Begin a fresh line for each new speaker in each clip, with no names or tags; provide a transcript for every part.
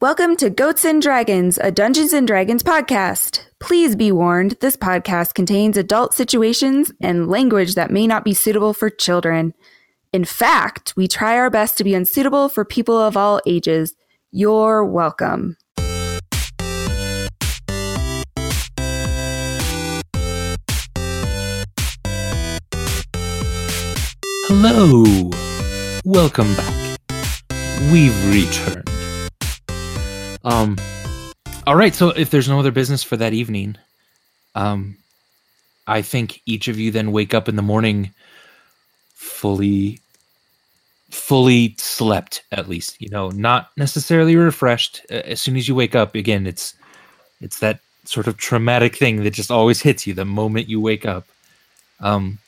Welcome to Goats and Dragons, a Dungeons and Dragons podcast. Please be warned this podcast contains adult situations and language that may not be suitable for children. In fact, we try our best to be unsuitable for people of all ages. You're welcome.
Hello! Welcome back. We've returned. Um all right, so if there's no other business for that evening, um I think each of you then wake up in the morning fully fully slept at least, you know, not necessarily refreshed. A- As soon as you wake up, again, it's it's that sort of traumatic thing that just always hits you the moment you wake up. Um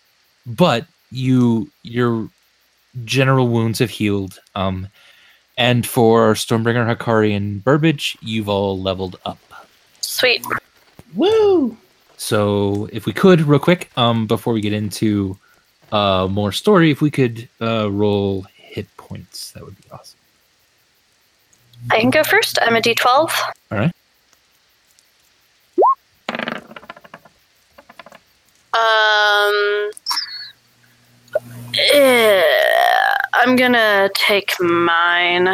but you your general wounds have healed. Um, and for Stormbringer, Hakari, and Burbage, you've all leveled up.
Sweet.
Woo!
So, if we could, real quick, um, before we get into uh, more story, if we could uh, roll hit points, that would be awesome.
I can go first. I'm a D12.
All right.
Um, eh, I'm gonna take mine.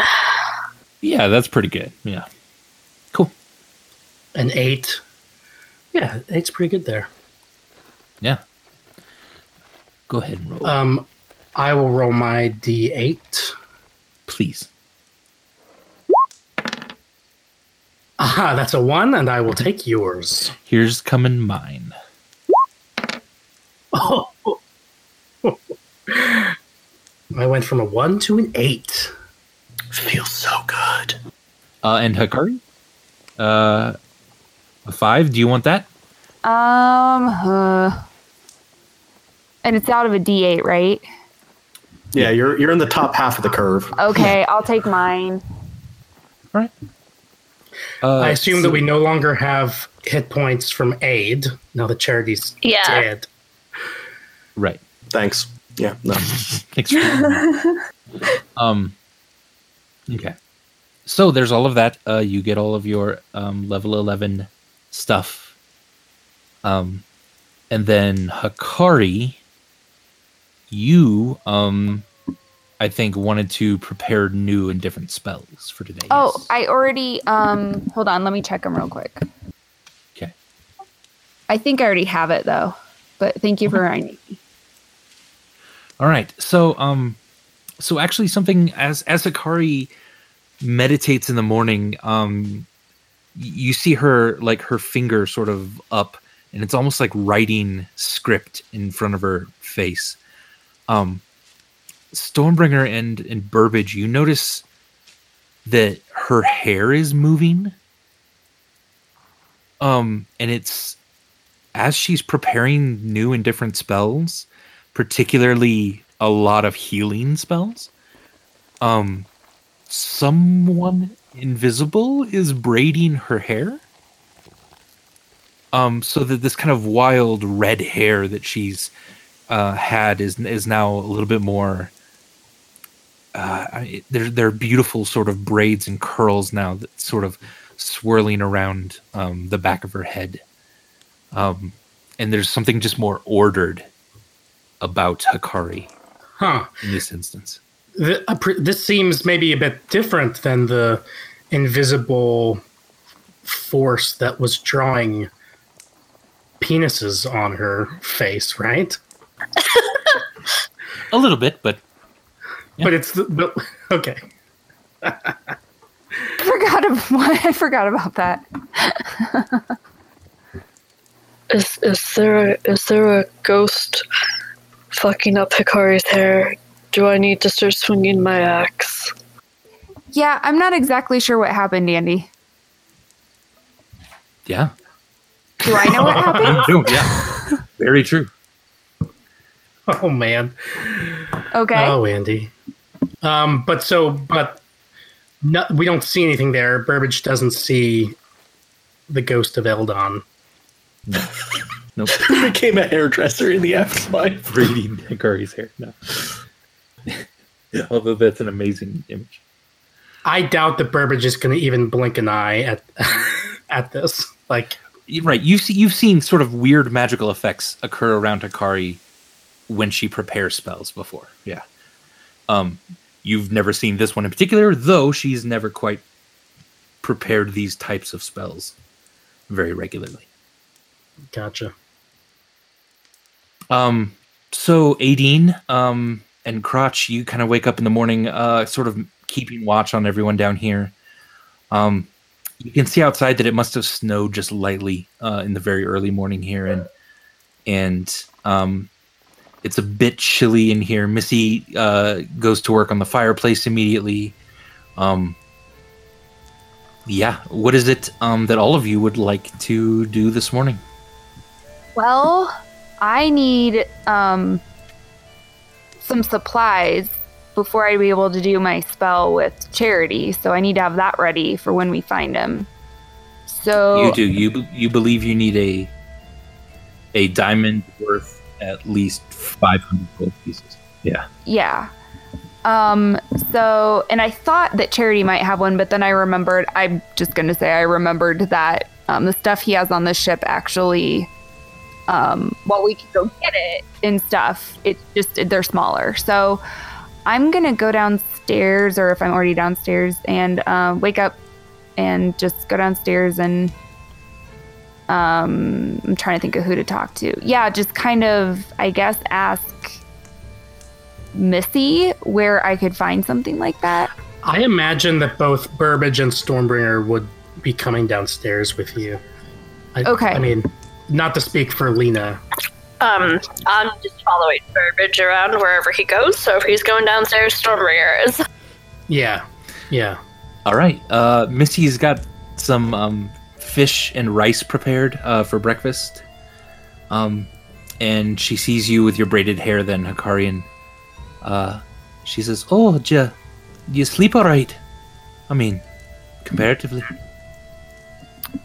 Yeah, that's pretty good. Yeah. Cool.
An eight. Yeah, eight's pretty good there.
Yeah. Go ahead and roll,
Um, I will roll my d8.
please.
Aha, that's a one, and I will take yours.
Here's coming mine.
Oh. I went from a one to an eight. Feels so good.
Uh, and Hakari? Uh, a five. Do you want that?
Um, uh, and it's out of a D8, right?
Yeah, you're you're in the top half of the curve.
Okay, I'll take mine.
All right. Uh,
I assume that we no longer have hit points from aid. Now the charity's
Yeah.
dead.
right.
Thanks. Yeah, no.
Thanks. for- um. Okay. So there's all of that. Uh, you get all of your um, level eleven stuff. Um, and then Hakari, you um, I think wanted to prepare new and different spells for today.
Oh,
yes?
I already, um, hold on, let me check them real quick.
okay.
I think I already have it though, but thank you for reminding me.
All right. So um so actually something as as Akari meditates in the morning, um y- you see her like her finger sort of up and it's almost like writing script in front of her face. Um Stormbringer and and Burbage, you notice that her hair is moving. Um and it's as she's preparing new and different spells, particularly a lot of healing spells. Um, someone invisible is braiding her hair. Um, so that this kind of wild red hair that she's uh, had is is now a little bit more. Uh, I- they're they're beautiful sort of braids and curls now that sort of swirling around um, the back of her head. Um, and there's something just more ordered about Hakari
Huh.
in this instance.
Th- a pr- this seems maybe a bit different than the invisible force that was drawing penises on her face, right?
A little bit, but Yeah.
But it's the, but, okay.
Forgot about, I forgot about that.
Is is there a, is there a ghost fucking up Hikari's hair? Do I need to start swinging my axe?
Yeah, I'm not exactly sure what happened, Andy.
yeah.
Do I know what happened?
yeah. Very true.
Oh man.
Okay.
Oh, Andy. Um, but so, but no, we don't see anything there. Burbage doesn't see the ghost of Eldon.
Nope.
Became a hairdresser in the afterlife.
Braiding Hakari's hair. No. Although that's an amazing image.
I doubt that Burbage is going to even blink an eye at at this. Like,
You're Right. You see, you've seen sort of weird magical effects occur around Hikari when she prepares spells before. Yeah. Um, you've never seen this one in particular, though she's never quite prepared these types of spells very regularly.
gotcha.
Um, so Aideen, um, and Crotch, you kind of wake up in the morning, uh, sort of keeping watch on everyone down here. Um, you can see outside that it must have snowed just lightly uh, in the very early morning here, and and um, it's a bit chilly in here. Missy uh, goes to work on the fireplace immediately. Um, yeah, what is it um, that all of you would like to do this morning?
Well, I need um some supplies before I'd be able to do my spell with charity, so I need to have that ready for when we find him. So
Oh.
You do. You b- you believe you need a a diamond worth at least five hundred gold pieces. Yeah.
Yeah. Um, so, and I thought that Charity might have one, but then I remembered, I'm just going to say, I remembered that um, the stuff he has on the ship actually, um, while we can go get it and stuff, it's just, they're smaller. So I'm going to go downstairs, or if I'm already downstairs, and uh, wake up and just go downstairs and. Um, I'm trying to think of who to talk to. Yeah, just kind of, I guess, ask Missy where I could find something like that.
I imagine that both Burbage and Stormbringer would be coming downstairs with you. I,
Okay.
I mean, not to speak for Lena.
Um, I'm just following Burbage around wherever he goes. So if he's going downstairs, Stormbringer is.
Yeah. Yeah.
All right. Uh, Missy's got some um, fish and rice prepared uh, for breakfast. Um, and she sees you with your braided hair. Then Hikari and uh, she says, "Oh, ja, you sleep all right? I mean, comparatively."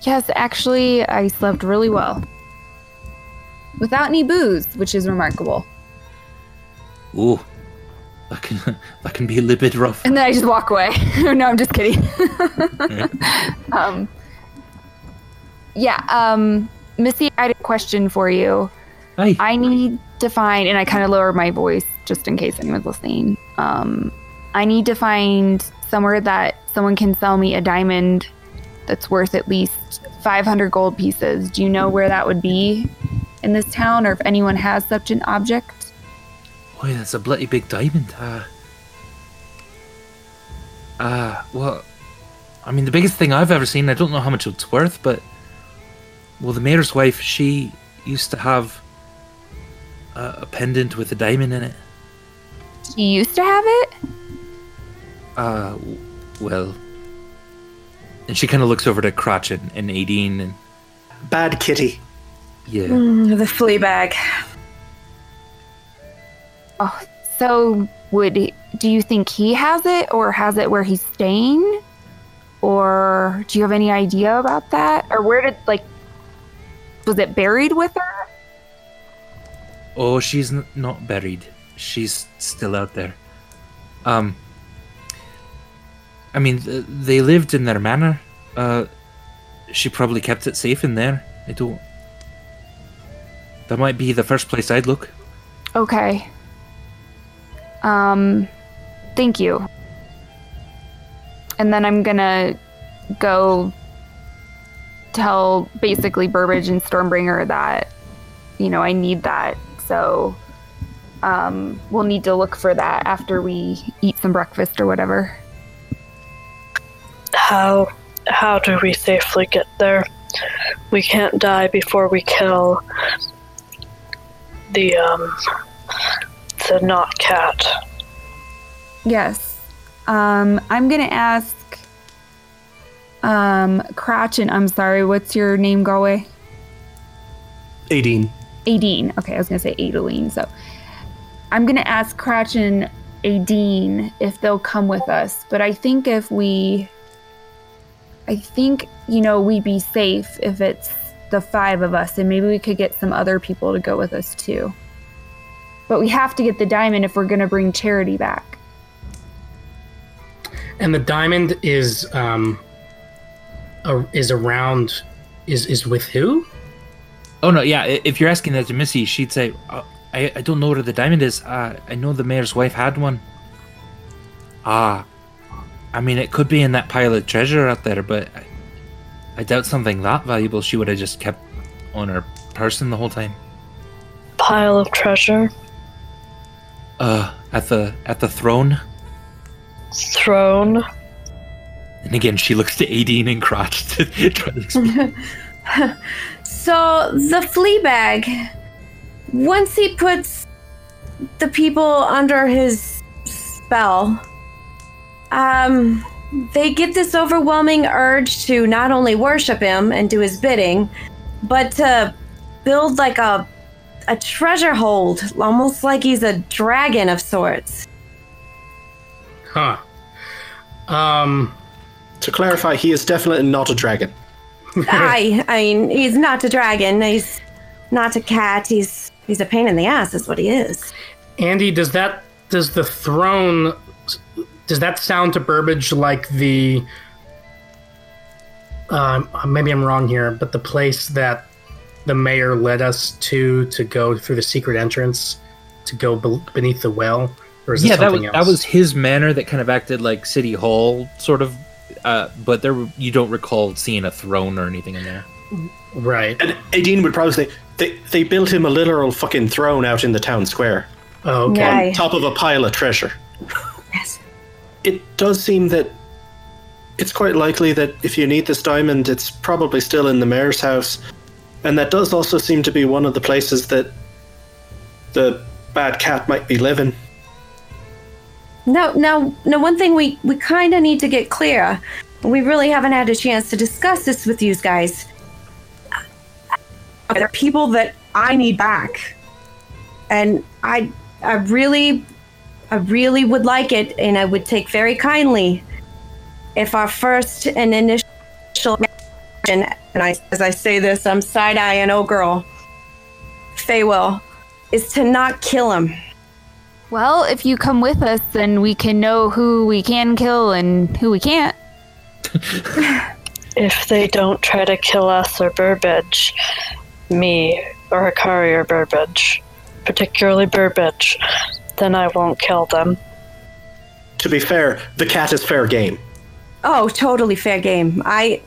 Yes, actually, I slept really well. Without any booze, which is remarkable.
Ooh, that can that can be a little bit rough.
And then I just walk away. no, I'm just kidding. um, yeah, um, Missy, I had a question for you.
Hi.
I need to find, and I kind of lowered my voice just in case anyone's listening. Um, I need to find somewhere that someone can sell me a diamond that's worth at least 500 gold pieces. Do you know where that would be in this town, or if anyone has such an object?
Boy, that's a bloody big diamond. Uh, uh, well, I mean, the biggest thing I've ever seen, I don't know how much it's worth, but, well, the mayor's wife, she used to have a, a pendant with a diamond in it.
She used to have it.
Uh, w- well. And she kind of looks over to Crotch and, and Aideen, and,
Bad kitty.
yeah.
Mm, the flea bag.
Oh, so would he- do you think he has it, or has it where he's staying, or do you have any idea about that, or where did like was it buried with her?
Oh, she's n- not buried. She's still out there. Um. I mean, th- they lived in their manor. Uh, she probably kept it safe in there. I don't. That might be the first place I'd look.
Okay. Um, thank you. And then I'm gonna go tell basically Burbage and Stormbringer that, you know, I need that. So, um, we'll need to look for that after we eat some breakfast or whatever.
How how do we safely get there? We can't die before we kill the um the not cat.
Yes. Um, I'm gonna ask, um, Crotch and I'm sorry, what's your name, Galway?
18.
Aideen. Okay, I was gonna say Adeline. So I'm gonna ask Cratch and Aideen if they'll come with us. But I think if we, I think you know we'd be safe if it's the five of us, and maybe we could get some other people to go with us too. But we have to get the diamond if we're gonna bring Charity back.
and the diamond is um, a, is around is is with who?
Oh no, yeah. i- If you're asking that to Missy, she'd say, uh, "I I don't know where the diamond is. Uh, I know the mayor's wife had one. Ah, I mean, it could be in that pile of treasure out there, but I, I doubt something that valuable she would have just kept on her person the whole time.
Pile of treasure.
Uh, at the at the throne.
Throne.
And again, she looks to Aideen and Crotch to try to explain.
So the flea bag, once he puts the people under his spell, um, they get this overwhelming urge to not only worship him and do his bidding, but to build like a a treasure hold, almost like he's a dragon of sorts.
Huh. Um.
To clarify, he is definitely not a dragon.
I, I mean, he's not a dragon. He's not a cat. He's he's a pain in the ass, is what he is.
Andy, does that does the throne does that sound to Burbage like the um, maybe I'm wrong here, but the place that the mayor led us to to go through the secret entrance to go be- beneath the well, or is it
yeah, that
something
was
else?
that was his manner that kind of acted like city hall sort of. Uh, but there were- you don't recall seeing a throne or anything in there.
right.
And Aideen would probably say, they, they built him a literal fucking throne out in the town square,
Oh, okay.
Right. Aye.
on top of a pile of treasure.
Yes.
It does seem that it's quite likely that if you need this diamond, it's probably still in the mayor's house. And that does also seem to be one of the places that the bad cat might be living.
Now, now, now, one thing we, we kind of need to get clear. We really haven't had a chance to discuss this with you guys. There are people that I need back, and I, I really, I really would like it, and I would take very kindly if our first and initial. And I, as I say this, I'm side eyeing old girl. Feywill is to not kill him.
Well, if you come with us, then we can know who we can kill and who we can't.
If they don't try to kill us or Burbage, me or Hikari or Burbage, particularly Burbage, then I won't kill them.
To be fair, the cat is fair game.
Oh, totally fair game. I,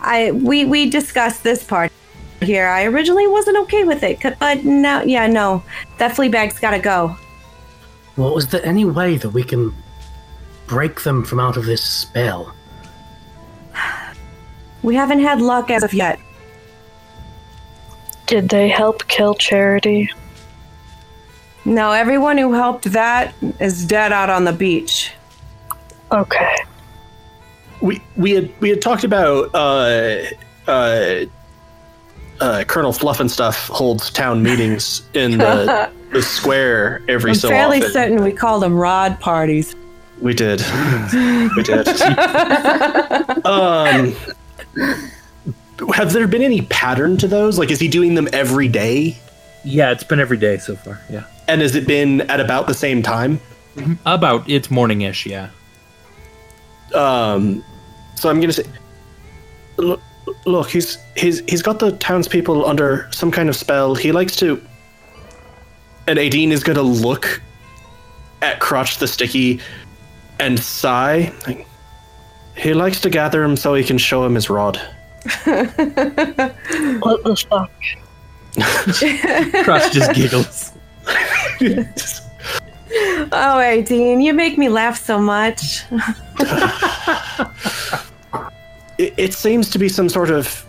I, we we discussed this part here. I originally wasn't okay with it, c- but now, yeah, no, that flea bag's gotta go.
Well, is there any way that we can break them from out of this spell?
We haven't had luck as of yet.
Did they help kill Charity?
No, everyone who helped that is dead out on the beach.
Okay.
we we had we had talked about uh, uh, uh, Colonel Fluff and stuff holds town meetings in the, the square every
I'm
so
fairly
often.
certain we call them rod parties.
We did, we did. um, have there been any pattern to those? Like, is he doing them every day?
Yeah, it's been every day so far. Yeah,
And has it been at about the same time?
about it's morningish. Yeah,
Um, so I'm gonna say, look, look, he's he's he's got the townspeople under some kind of spell. He likes to, and Aideen is gonna look at Crotch the Sticky and sigh. Like, he likes to gather him so he can show him his rod.
What the fuck?
Crotch just giggles.
Oh, Aideen, you make me laugh so much.
It, it seems to be some sort of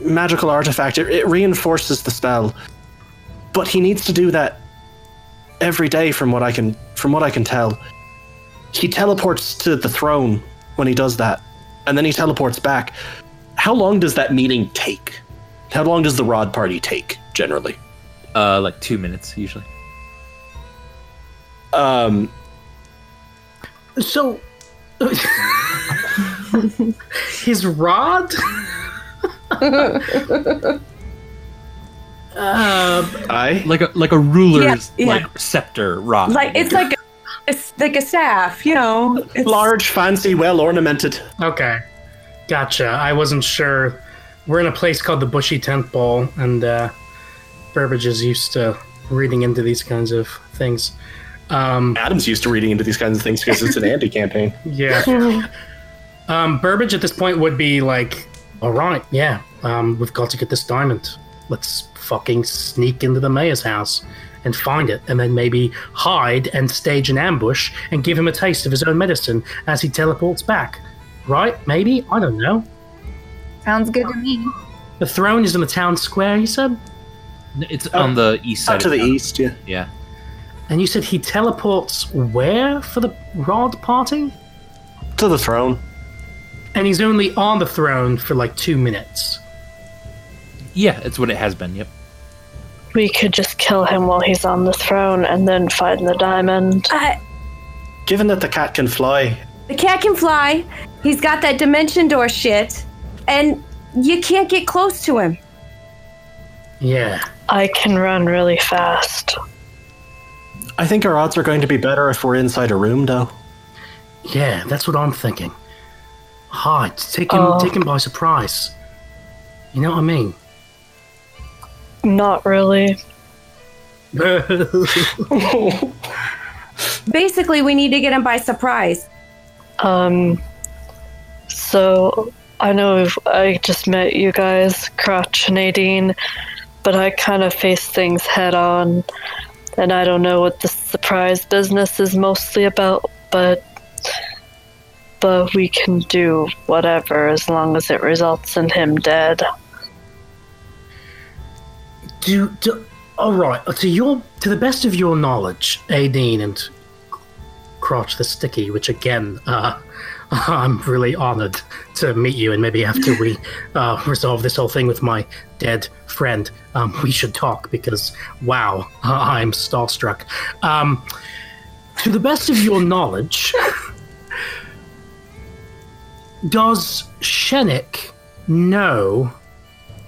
magical artifact. It, it reinforces the spell, but he needs to do that every day, from what I can from what I can tell. He teleports to the throne when he does that, and then he teleports back. How long does that meeting take? How long does the rod party take generally?
Uh, like two minutes usually.
Um,
So, his rod. uh,
I
Like a like a ruler's
Yeah, yeah.
like scepter rod.
Like it's like It's like a staff, you know. It's
Large, fancy, well ornamented.
Okay. Gotcha. I wasn't sure. We're in a place called the Bushy Tent Bowl, and uh, Burbage is used to reading into these kinds of things. Um,
Adam's used to reading into these kinds of things because it's an Andy campaign.
yeah. um, Burbage at this point would be like, all right, yeah, um, we've got to get this diamond. Let's fucking sneak into the mayor's house and find it, and then maybe hide and stage an ambush and give him a taste of his own medicine as he teleports back. Right? Maybe? I don't know.
Sounds good to me.
The throne is in the town square, you said?
It's on the east side.
Up to
of
the
town.
east, yeah.
Yeah.
And you said he teleports where for the Rod party?
To the throne.
And he's only on the throne for like two minutes.
Yeah, it's what it has been. Yep.
We could just kill him while he's on the throne and then find the diamond.
Uh,
Given that the cat can fly,
the cat can fly. He's got that dimension door shit, and you can't get close to him.
Yeah.
I can run really fast.
I think our odds are going to be better if we're inside a room, though.
Yeah, that's what I'm thinking. Hide. Take him,
Oh.
take him by surprise. You know what I mean?
Not really.
Basically, we need to get him by surprise.
Um, so I know if- I just met you guys, Crotch and Nadine, but I kind of face things head on, and I don't know what the surprise business is mostly about, but but we can do whatever as long as it results in him dead.
do, do all right. To your, to the best of your knowledge, Aideen and Crotch the Sticky, which again, uh, I'm really honoured to meet you, and maybe after we uh, resolve this whole thing with my dead friend, um, we should talk because wow, I'm starstruck. Um, to the best of your knowledge, does Shenik know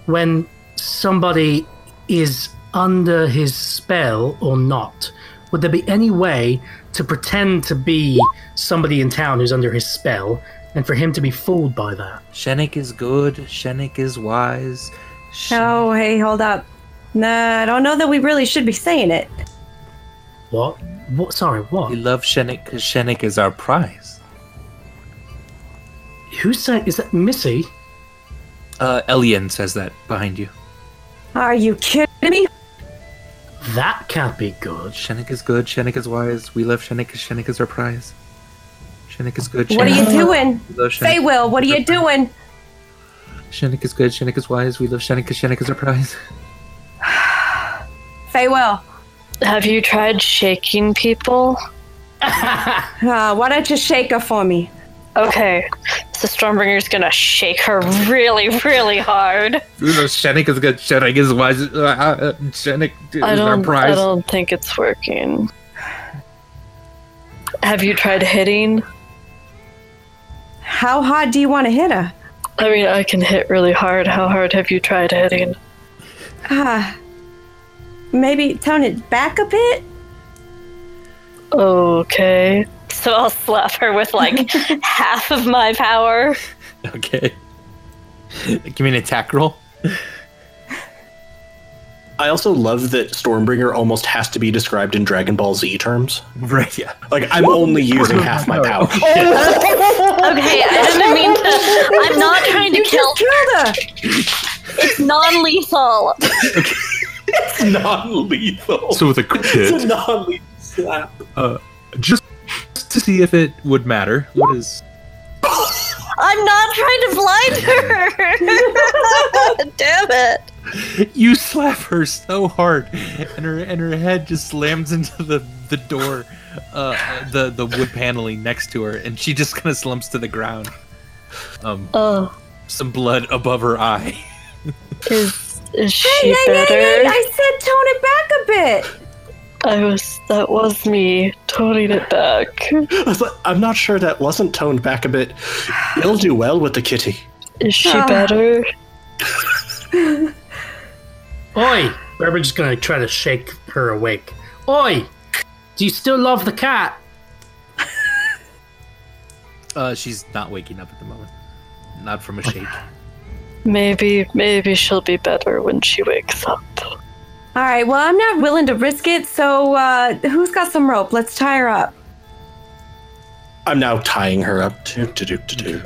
when somebody is under his spell or not? Would there be any way to pretend to be somebody in town who's under his spell and for him to be fooled by that?
Shenik is good. Shenik is wise. Shen-
Oh, hey, hold up. Nah, I don't know that we really should be saying it.
What? What? Sorry,
We
what?
love Shenik because Shenik is our prize.
Who said? Is that Missy?
Uh, Elian says that behind you.
Are you kidding me?
That can't be good.
Shenik is good. Shenik is wise. We love Shenik because Shenik is our prize. Shenik is good. Shenik
What are you
is-
doing?
We love
Say,
Shenik.
Will, what are you doing?
Shenik is good. Shenik is wise. We love Shenik because Shenik is our prize.
Say, Will.
Have you tried shaking people?
Uh, why don't you shake her for me?
Okay, so Stormbringer's gonna shake her really, really hard.
We love Shenik is good. Shenik is wise. Uh, uh, Shenik is
I
our
don't. I
prize.
don't think it's working. Have you tried hitting?
How hard do you want to hit her?
I mean, I can hit really hard. How hard have you tried hitting?
Ah, maybe tone it back a bit?
Okay. So I'll slap her with like half of my power.
Okay. Give me an attack roll.
I also love that Stormbringer almost has to be described in Dragon Ball Z terms.
Right. Yeah.
Like, I'm only using half my power.
Okay, I didn't mean to. I'm not trying to kill.
Killed her!
It's non-lethal.
non lethal.
So with a crit,
non lethal slap.
just to see if it would matter. What is?
I'm not trying to blind her. Damn it.
You slap her so hard, and her and her head just slams into the the door, uh, the the wood paneling next to her, and she just kind of slumps to the ground. Um,
Oh,
some blood above her eye.
is is
Hey,
she
hey, hey, hey,
better?
I said tone it back a bit!
I was. That was me toting it back.
I was like, I'm not sure that wasn't toned back a bit. It'll do well with the kitty.
Is she
Ah.
better?
Oi! Burbage's gonna try to shake her awake. Oi! Do you still love the cat?
Uh, she's not waking up at the moment. Not from a shake.
Maybe, maybe she'll be better when she wakes up.
All right. Well, I'm not willing to risk it. So, uh, who's got some rope? Let's tie her up.
I'm now tying her up. Do, do, do, do, do.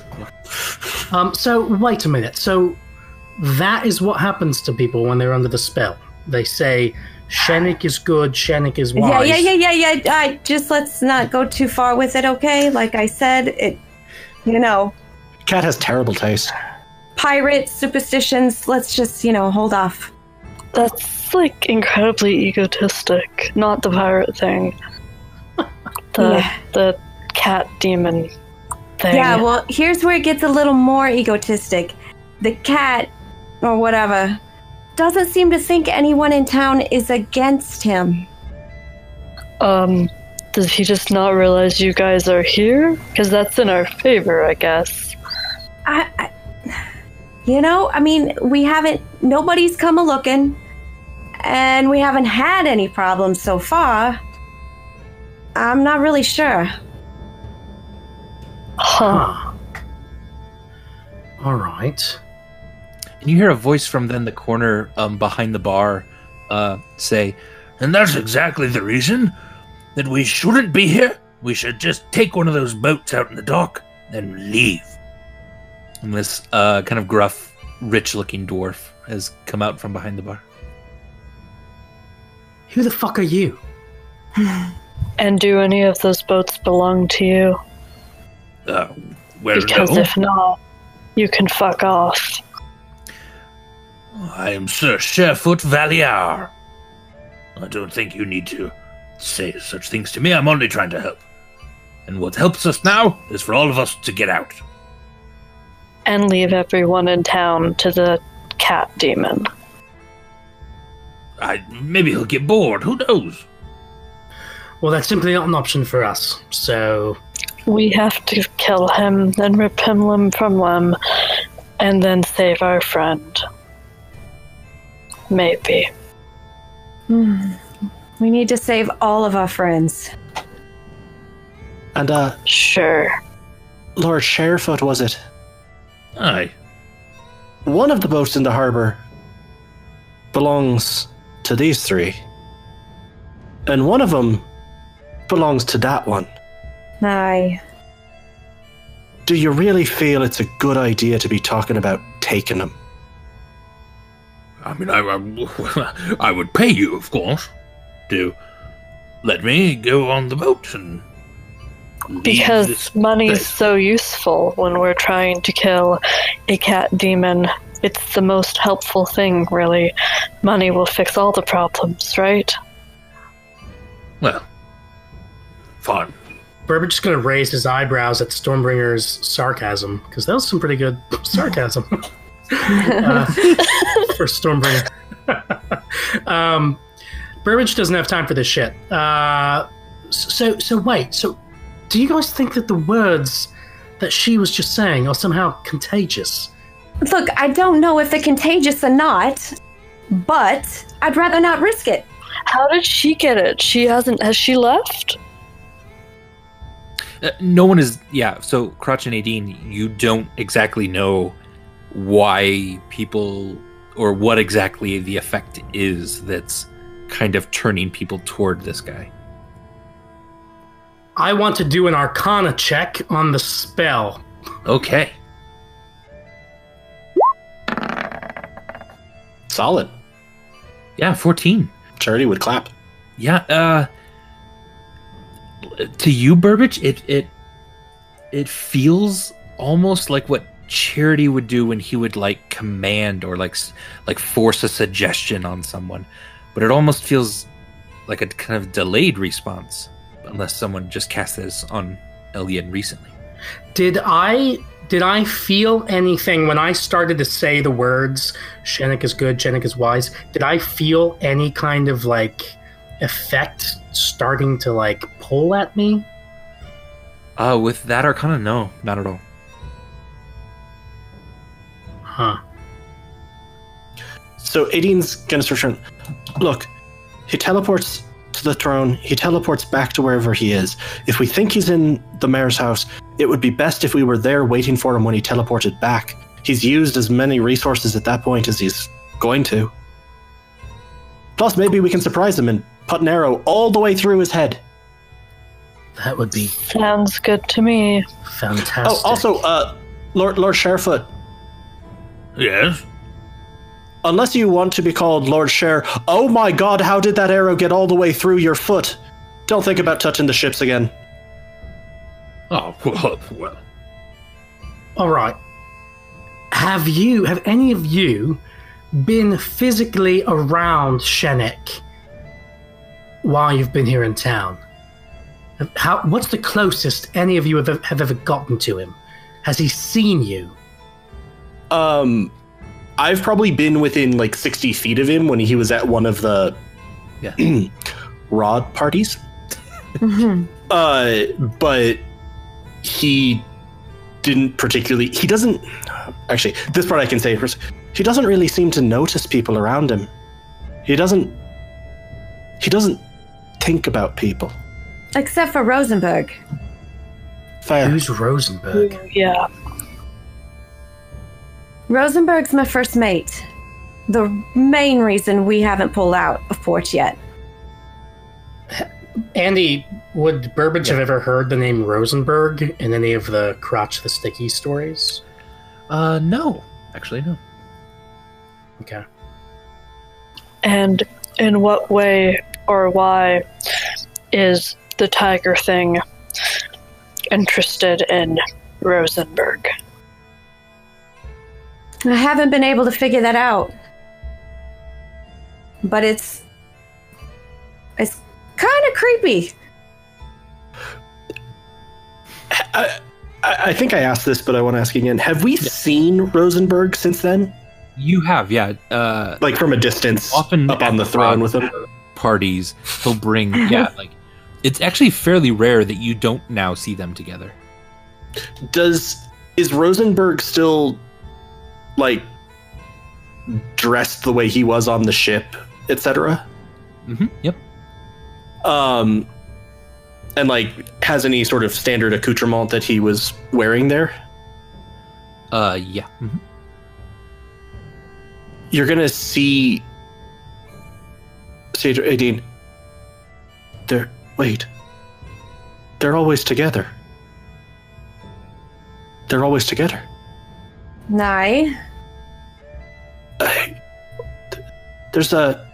Um, so wait a minute. So that is what happens to people when they're under the spell. They say Shenik is good, Shenik is
Yeah,
wise.
yeah, yeah, yeah, yeah. I just let's not go too far with it, okay? Like I said, it, you know,
Cat has terrible taste.
pirates, superstitions. Let's just, you know, hold off.
That's like incredibly egotistic. Not the pirate thing. The
Yeah.
the cat demon thing.
Yeah, well, here's where it gets a little more egotistic. The cat, or whatever, doesn't seem to think anyone in town is against him.
um, does he just not realize you guys are here? Because that's in our favor, I guess.
I, I, you know, I mean, we haven't, nobody's come a looking, and we haven't had any problems so far. I'm not really sure.
Huh.
Huh. All right.
And you hear a voice from then the corner um, behind the bar uh, say, And that's exactly the reason that we shouldn't be here. We should just take one of those boats out in the dock and leave. And this uh, kind of gruff, rich looking dwarf has come out from behind the bar.
Who the fuck are you?
And do any of those boats belong to you?
Uh, well,
Because if not, you can fuck off.
I am Sir Sharefoot Valiar. I don't think you need to say such things to me. I'm only trying to help. And what helps us now is for all of us to get out.
And leave everyone in town to the cat demon.
I maybe he'll get bored. Who knows?
Well, that's simply not an option for us. So
We have to kill him, then rip him limb from limb, and then save our friend. Maybe.
We need to save all of our friends.
And uh,
Sure.
Lord Sharefoot, was it?
Aye.
One of the boats in the harbor belongs to these three, and one of them belongs to that one.
Aye.
Do you really feel it's a good idea to be talking about taking them?
I mean, I, I, I would pay you, of course, to let me go on the boat and. leave this-
Because money's
place.
so useful when we're trying to kill a cat demon. It's the most helpful thing, really. Money will fix all the problems, right?
Well. Fine.
Burbage just gonna raise his eyebrows at Stormbringer's sarcasm because that was some pretty good sarcasm uh, for Stormbringer. um, Burbage doesn't have time for this shit. Uh, so, so wait. So, do you guys think that the words that she was just saying are somehow contagious?
Look, I don't know if they're contagious or not, but I'd rather not risk it.
How did she get it? She hasn't. Has she left?
Uh, no one is. Yeah, so, Crotch and Nadine, you don't exactly know why people. or what exactly the effect is that's kind of turning people toward this guy.
I want to do an Arcana check on the spell.
Okay.
Solid.
Yeah, 14.
Charity would clap.
Yeah, uh to you, Burbage, it it it feels almost like what Charity would do when he would like command or like s- like force a suggestion on someone, but it almost feels like a kind of delayed response, unless someone just cast this on Elian recently.
Did I did I feel anything when I started to say the words Shenik is good, Shenik is wise? Did I feel any kind of like effect starting to like pull at me?
Uh, with that Arcana, no, not at all.
Huh.
So Adine's gonna search around. Look, he teleports to the throne. He teleports back to wherever he is. If we think he's in the mayor's house, It would be best if we were there waiting for him when he teleported back. He's used as many resources at that point as he's going to. Plus, maybe we can surprise him and put an arrow all the way through his head.
That would be
Sounds good to me.
fantastic.
Oh, also, uh, Lord Lord Sharefoot,
Yes.
unless you want to be called Lord Share, oh my God, how did that arrow get all the way through your foot? Don't think about touching the ships again.
Oh well. well.
All right. Have you, have any of you been physically around Shenik while you've been here in town? How, what's the closest any of you have, have ever gotten to him? Has he seen you?
Um, I've probably been within like 60 feet of him when he was at one of the rod parties. Uh, but he didn't particularly. He doesn't. Actually, this part I can say first. He doesn't really seem to notice people around him. He doesn't. He doesn't think about people.
Except for Rosenberg.
Fair.
Who's Rosenberg?
Yeah.
Rosenberg's my first mate. The main reason we haven't pulled out of port yet.
Andy, would Burbage have ever heard the name Rosenberg in any of the Crotch the Sticky stories?
Uh, no, actually no.
Okay.
And in what way or why is the tiger thing interested in Rosenberg?
I haven't been able to figure that out. But it's. It's kind of creepy.
I, I I think I asked this, but I want to ask again. Have we seen Rosenberg since then?
You have, yeah. Uh,
Like from a distance,
Often
up on the
at
throne with
rods.
him.
parties he'll bring, yeah. Like it's actually fairly rare that you don't now see them together.
does is Rosenberg still like dressed the way he was on the ship, etc.
Mm-hmm. Yep.
Um, and like has any sort of standard accoutrement that he was wearing there?
Uh, yeah. Mhm.
You're gonna see, Sage Adine. They're wait. They're always together. They're always together.
Nye.
I- th- there's a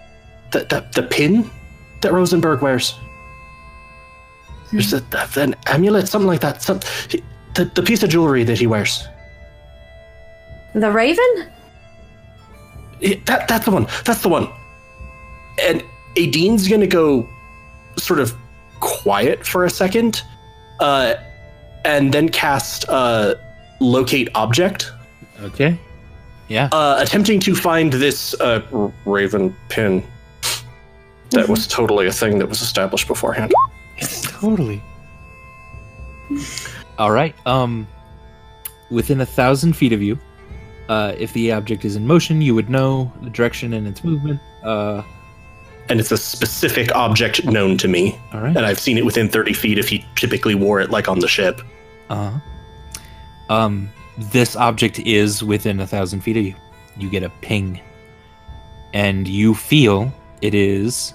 the, the the pin that Rosenberg wears. There's a, th- an amulet, something like that. Some he- the, the piece of jewelry that he wears.
The Raven?
Yeah, that that's the one. That's the one. And Adine's gonna go sort of quiet for a second, uh, and then cast uh, locate object,
Okay. Yeah.
uh, attempting to find this uh, r- raven pin that was totally a thing that was established beforehand.
Totally. All right. Um, within a thousand feet of you, uh, if the object is in motion, you would know the direction and its movement. Uh,
and it's a specific object known to me,
all right.
and I've seen it within 30 feet if he typically wore it like on the ship.
Uh huh. Um, this object is within a thousand feet of you. You get a ping, and you feel it is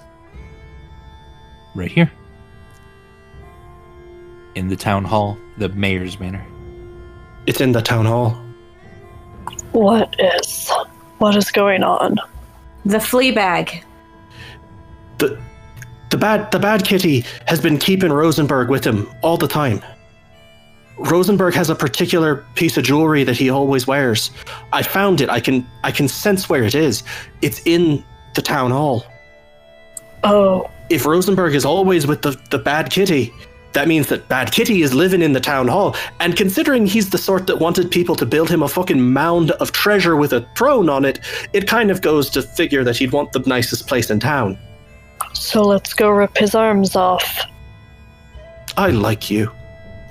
right here in the town hall, the mayor's manor.
It's in the town hall.
What is what is going on?
The flea bag.
The the bad the bad kitty has been keeping Rosenberg with him all the time. Rosenberg has a particular piece of jewelry that he always wears. I found it. I can I can sense where it is. It's in the town hall.
Oh,
if Rosenberg is always with the, the bad kitty, that means that bad kitty is living in the town hall. And considering he's the sort that wanted people to build him a fucking mound of treasure with a throne on it, it kind of goes to figure that he'd want the nicest place in town.
so let's go rip his arms off.
I like you.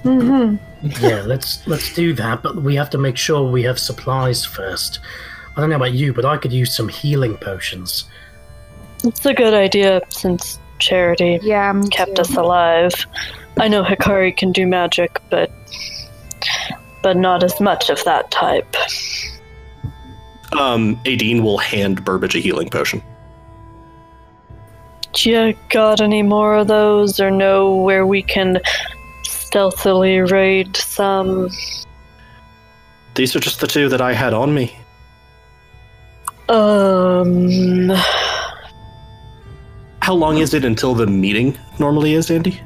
Mm
yeah, let's let's do that, but we have to make sure we have supplies first. I don't know about you, but I could use some healing potions.
It's a good idea since charity
Yeah.
kept us alive. I know Hikari can do magic, but but not as much of that type.
Um, Adine will hand Burbage a healing potion.
Do you got any more of those, or know where we can stealthily raid some?
These are just the two that I had on me.
Um,
How long is it until the meeting normally is, Andy?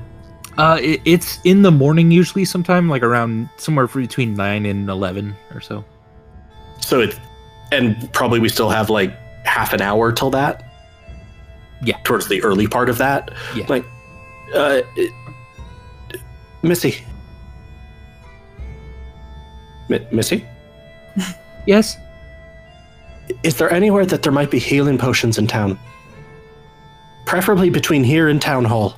Uh, it, it's in the morning usually, sometime like around somewhere between nine and eleven or so.
So it, and probably we still have like half an hour till that.
Yeah.
Towards the early part of that.
Yeah.
Like, uh, it- Missy. Mi- Missy,
Yes.
is there anywhere that there might be healing potions in town? Preferably between here and town hall.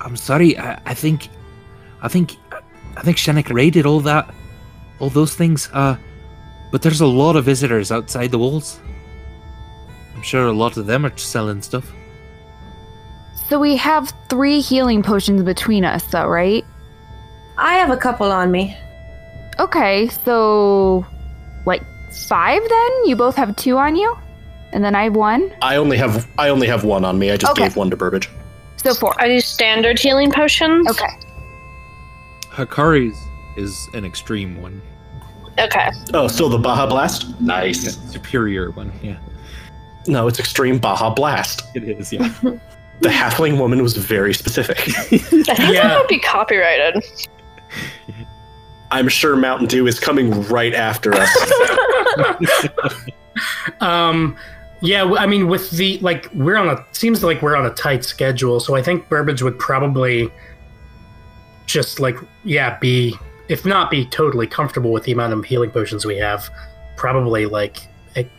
I'm sorry. I, I think, I think, I think Shenik raided all that, all those things. Uh, but there's a lot of visitors outside the walls. I'm sure a lot of them are selling stuff.
So we have three healing potions between us, though, right?
I have a couple on me.
Okay, so like five then? You both have two on you? And then I have one?
I only have I only have one on me. I just
Okay.
gave one to Burbage.
So four.
Are these standard healing potions?
Okay.
Hakari's is an extreme one,
Okay.
Oh, still the Baja Blast? Nice.
superior one. Yeah,
No, it's extreme Baja Blast.
it is. Yeah.
The halfling woman was very specific.
I think
Yeah.
that might be copyrighted.
I'm sure Mountain Dew is coming right after us.
Um, yeah, w- I mean, with the like, we're on a seems like we're on a tight schedule, so I think Burbage would probably just like, yeah, be if not be totally comfortable with the amount of healing potions we have, probably like ac-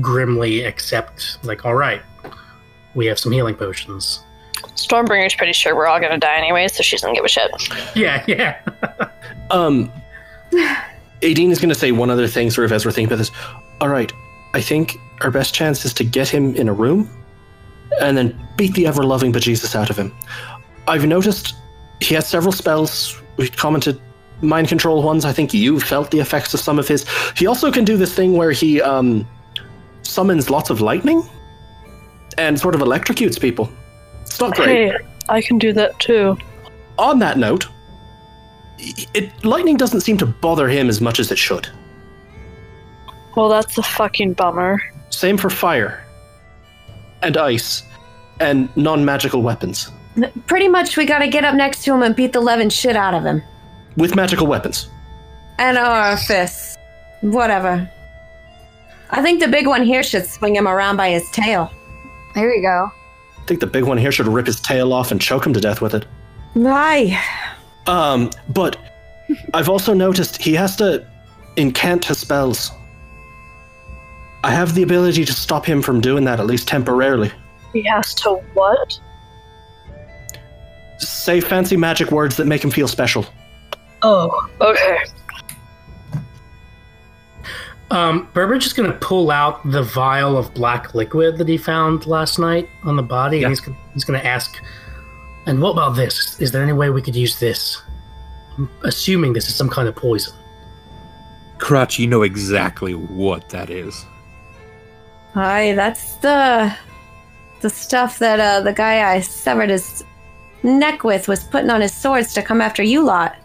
grimly accept like, all right, we have some healing potions.
Stormbringer's pretty sure we're all gonna die anyway, so she doesn't give a shit.
Yeah, yeah.
um, Adine is going to say one other thing, sort of as we're thinking about this. All right, I think our best chance is to get him in a room, and then beat the ever-loving bejesus out of him. I've noticed he has several spells. We commented mind control ones. I think you felt the effects of some of his. He also can do this thing where he um, summons lots of lightning and sort of electrocutes people. It's not great.
hey, I can do that too.
on that note, it, lightning doesn't seem to bother him as much as it should.
Well, that's a fucking bummer.
Same for fire, and ice, and non magical weapons.
Pretty much, we gotta get up next to him and beat the living shit out of him.
With magical weapons.
And our fists. Whatever. I think the big one here should swing him around by his tail.
There we go.
I think the big one here should rip his tail off and choke him to death with it.
Aye.
Um, but I've also noticed he has to incant his spells. I have the ability to stop him from doing that, at least temporarily.
He has to what?
Say fancy magic words that make him feel special.
Oh, okay.
Um, Burbage is going to pull out the vial of black liquid that he found last night on the body,
Yeah.
and he's gonna, he's going to ask, "And what about this? Is there any way we could use this?" I'm assuming this is some kind of poison.
Crotch, you know exactly what that is.
Aye, that's the the stuff that uh, the guy I severed his neck with was putting on his swords to come after you lot.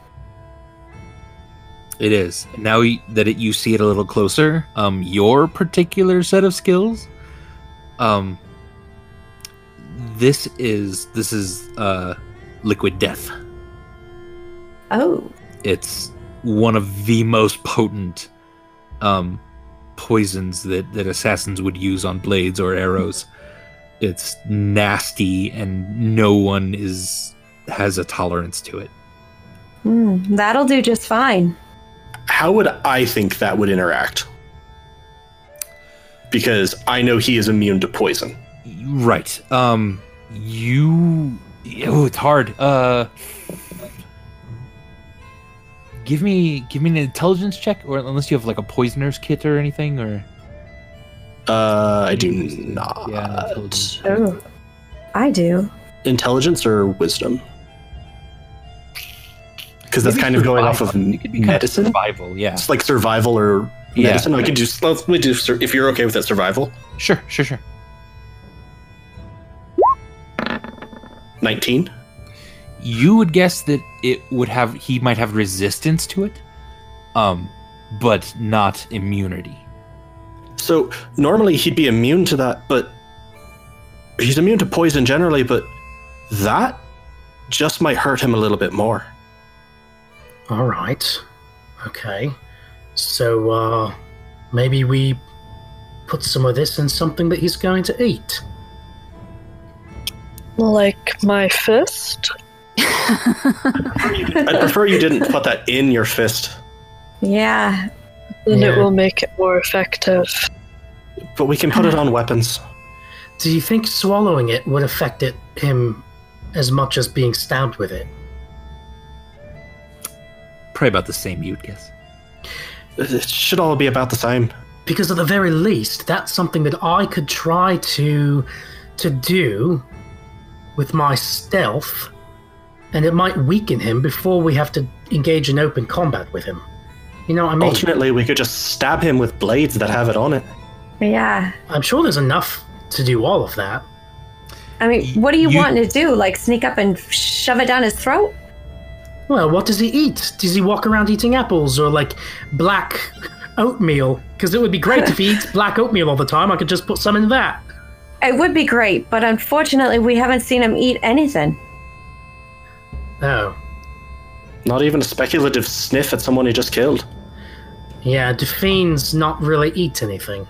It is. Now y- that it, you see it a little closer, um, your particular set of skills, um, this is this is uh, liquid death.
Oh.
It's one of the most potent um, poisons that that assassins would use on blades or arrows. It's nasty, and no one is has a tolerance to it.
Hmm, that'll do just fine.
how would I think that would interact? Because I know he is immune to poison.
Right. Um you oh it's hard. Uh Give me give me an intelligence check or unless you have like a poisoner's kit or anything or
Uh, I do not.
yeah, intelligence.
Oh. I do.
Intelligence or wisdom? because that's kind of going off of
It could be kind of
medicine.
survival. Yeah.
It's like survival or
Yeah.
medicine. I can do. Let me do. sur- If you're okay with that, survival.
Sure. Sure. Sure.
Nineteen.
you would guess that it would have he might have resistance to it um but not immunity
So normally he'd be immune to that, but he's immune to poison generally. But that just might hurt him a little bit more.
All right. Okay. So, uh, maybe we put some of this in something that he's going to eat.
Like my fist?
I'd prefer you didn't put that in your fist.
Yeah.
Then
Yeah.
it will make it more effective.
But we can put it on weapons.
Do you think swallowing it would affect it, him as much as being stabbed with it?
probably about the same you'd guess
It should all be about the same.
because at the very least that's something that i could try to to do with my stealth and it might weaken him before we have to engage in open combat with him you know what i mean
Alternately, we could just stab him with blades that have it on it.
Yeah.
i'm sure there's enough to do all of that
I mean, what do you,
You-
want to do? Like sneak up and shove it down his throat?
well what does he eat does he walk around eating apples or like black oatmeal because it would be great if he eats black oatmeal all the time i could just put some in that
It would be great, but unfortunately, we haven't seen him eat anything.
oh
Not even a speculative sniff at someone he just killed.
yeah do fiends not really eat anything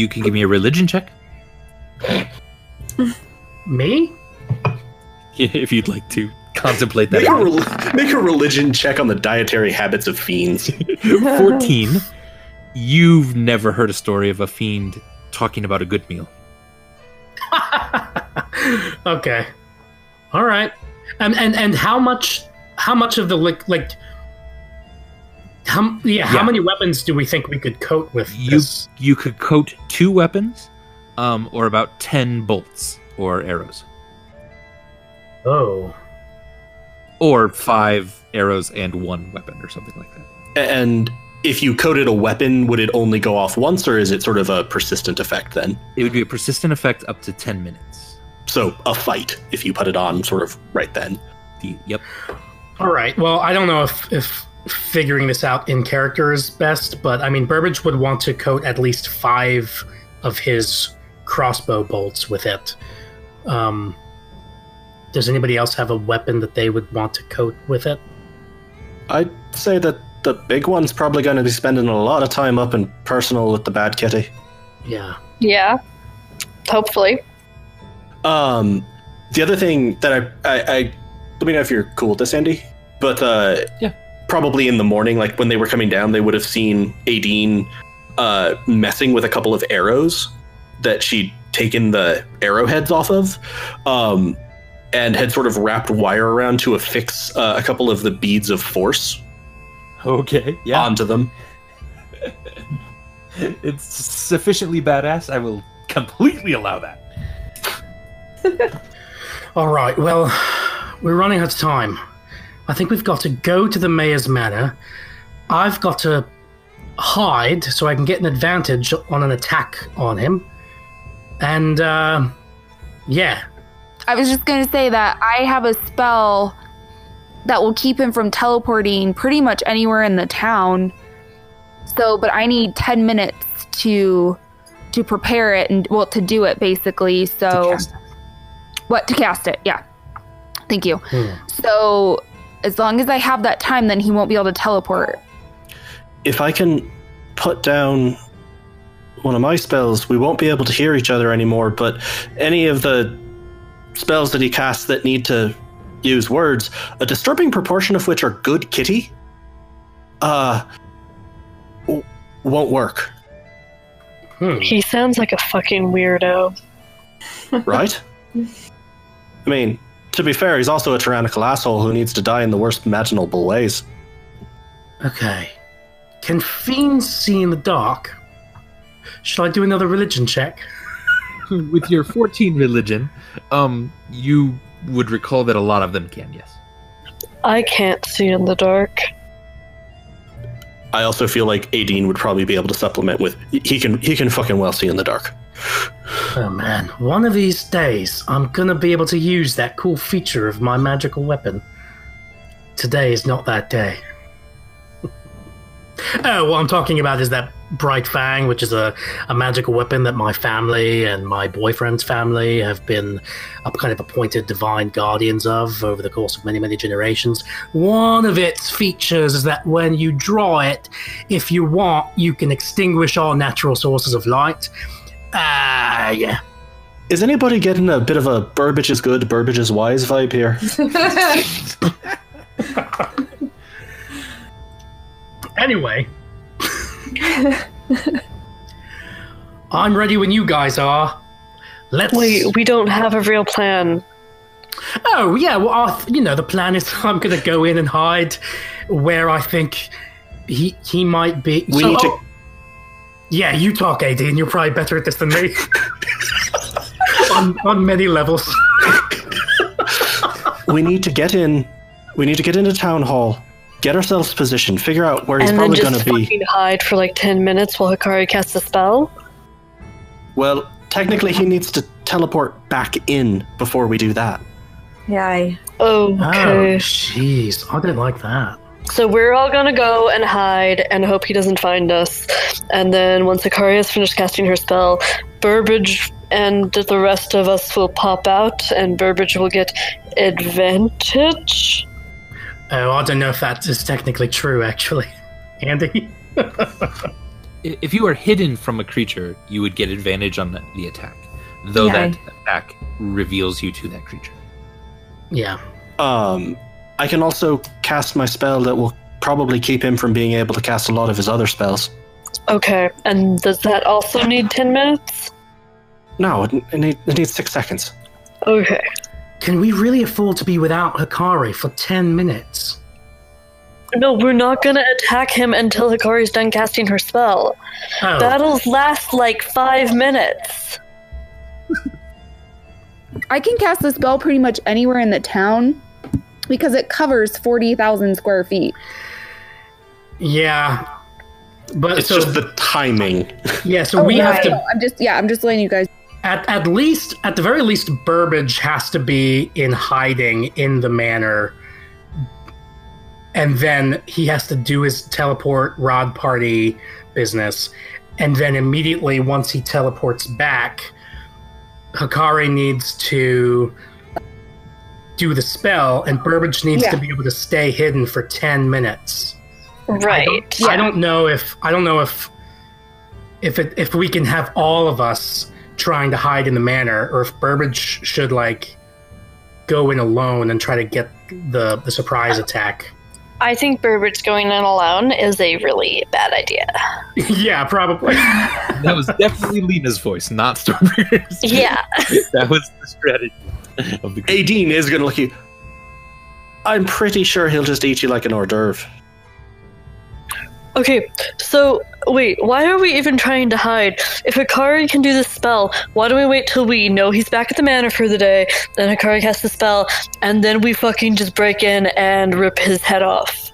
you can give me a religion check
me
if you'd like to contemplate
Make a,
that
rel- make a religion check on the dietary habits of fiends.
14 you've never heard a story of a fiend talking about a good meal
okay. All right. And and and how much? How much of the like like? How m- yeah, How
Yeah.
many weapons do we think we could coat with
you
this?
you could coat two weapons um or about 10 bolts or arrows
Oh,
or five arrows and one weapon or something like that
and if you coated a weapon, would it only go off once, or is it sort of a persistent effect then?
it would be a persistent effect up to 10 minutes
So a fight, if you put it on, sort of right then.
The- yep
all right. Well, I don't know if if figuring this out in character is best, but I mean, Burbage would want to coat at least five of his crossbow bolts with it. Um, does anybody else have a weapon that they would want to coat with it?
I'd say that the big one's probably going to be spending a lot of time up in personal with the bad kitty.
Yeah.
Yeah. Hopefully.
Um, the other thing that I, I, I let me know if you're cool with this, Andy. But uh,
Yeah.
probably in the morning, like when they were coming down, they would have seen Adine uh, messing with a couple of arrows that she'd taken the arrowheads off of, um, and had sort of wrapped wire around to affix uh, a couple of the beads of force
okay
onto them.
it's sufficiently badass. I will completely allow that.
All right, well, we're running out of time. I think we've got to go to the mayor's manor. I've got to hide so I can get an advantage on an attack on him. And, uh, yeah.
I was just going to say that I have a spell that will keep him from teleporting pretty much anywhere in the town. So, but I need 10 minutes to to prepare it and well to do it basically. So what to cast it. Yeah. Thank you.
Hmm.
So, as long as I have that time then he won't be able to teleport.
If I can put down one of my spells, we won't be able to hear each other anymore, but any of the spells that he casts that need to use words, a disturbing proportion of which are good kitty, uh, w- won't work,
Hmm.
He sounds like a fucking weirdo.
right? I mean, to be fair, he's also a tyrannical asshole who needs to die in the worst imaginable ways.
Okay. Can fiends see in the dark? Should I do another religion check?
With your 14 religion, um, you would recall that a lot of them can. Yes.
I can't see in the dark.
I also feel like Adine would probably be able to supplement with he can he can fucking well see in the dark.
Oh man, one of these days I'm gonna be able to use that cool feature of my magical weapon. Today is not that day. oh, what I'm talking about is that Bright Fang, which is a, a magical weapon that my family and my boyfriend's family have been up kind of appointed divine guardians of over the course of many, many generations. One of its features is that when you draw it, if you want, you can extinguish all natural sources of light. Ah, yeah.
Is anybody getting a bit of a Burbage is good, Burbage is wise vibe here?
Anyway, I'm ready when you guys are. Let's.
Wait, we don't have a real plan.
Oh yeah, well, I th- you know the plan is I'm going to go in and hide where I think he he might be.
We
So-
need to-
oh, yeah, you talk, AD, and you're probably better at this than me. on, on many levels.
we need to get in. We need to get into town hall, get ourselves positioned, figure out where he's
and then
probably
just
going to be.
fucking hide for like 10 minutes while Hikari casts a spell?
Well, technically, he needs to teleport back in before we do that.
Yay.
Oh, okay.
Oh,
Ah.
jeez, I didn't like that.
So we're all gonna go and hide and hope he doesn't find us. And then once Hikari has finished casting her spell, Burbage and the rest of us will pop out, and Burbage will get advantage.
Oh, I don't know if that is technically true, actually, Andy.
I- If you are hidden from a creature, you would get advantage on the, the attack, though
Okay.
that attack reveals you to that creature.
Yeah.
Um, I can also cast my spell that will probably keep him from being able to cast a lot of his other spells.
Okay, and does that also need 10 minutes?
No, it, it, need, it needs six seconds.
Okay.
Can we really afford to be without Hikari for 10 minutes?
No, we're not gonna attack him until Hikari's done casting her spell.
Oh,
Battles last like five minutes.
I can cast the spell pretty much anywhere in the town because it covers 40,000 square feet.
yeah. But
It's
so,
just the timing.
yeah, so we have to,
I'm just, yeah, I'm just letting you guys.
at, at least, at the very least, Burbage has to be in hiding in the manor. And then he has to do his teleport rod party business. And then immediately, once he teleports back, Hikari needs to do the spell, and Burbage needs
Yeah.
to be able to stay hidden for 10 minutes.
Right.
I don't know if I don't know if if it, if we can have all of us trying to hide in the manor, or if Burbage should like go in alone and try to get the the surprise attack.
I think Burbert's going in alone is a really bad idea.
yeah, probably.
That was definitely Lena's voice, not Stormberg's.
Yeah.
that was the strategy of the creature.
Adine is going to look at you. I'm pretty sure he'll just eat you like an hors d'oeuvre.
Okay, so wait, why are we even trying to hide? If Hikari can do this spell, why don't we wait till we know he's back at the manor for the day, then Hikari casts the spell, and then we fucking just break in and rip his head off?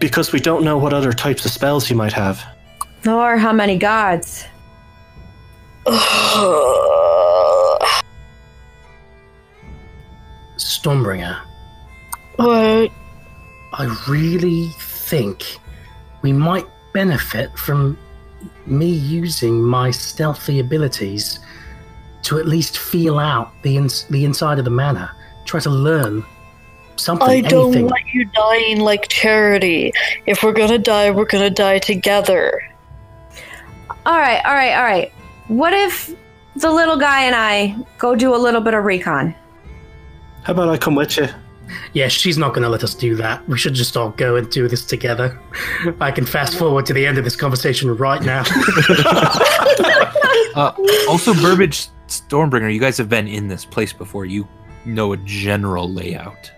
Because we don't know what other types of spells he might have.
Nor how many gods.
Stormbringer,
What?
I really think we might benefit from me using my stealthy abilities to at least feel out the ins- the inside of the manor, try to learn something.
I don't
anything.
want you dying like charity. If we're gonna die, we're gonna die together.
All right, all right, all right. What if the little guy and I go do a little bit of recon?
How about I come with you?
Yeah, she's not going to let us do that. We should just all go and do this together. I can fast forward to the end of this conversation right now.
Uh, also, Burbage Stormbringer, you guys have been in this place before. You know a general layout.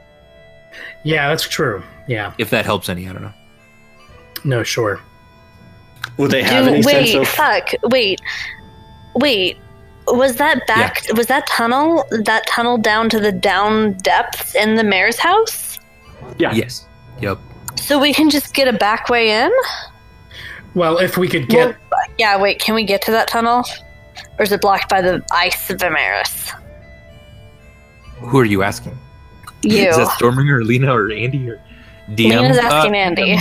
yeah, that's true. Yeah,
If that helps any, I don't know.
no, sure.
Would they have
Do-
any
wait,
sense of?
fuck. Wait. Wait. Was that back was that tunnel that tunnel down to the down depths in the mayor's house?
Yeah.
Yes. Yep.
So we can just get a back way in?
Well, if we could get
Yeah, wait, can we get to that tunnel? Or is it blocked by the ice of Amaris?
Who are you asking?
You.
Is that Storminger or Lena or Andy or DM?
Lena's
Uh,
asking Andy.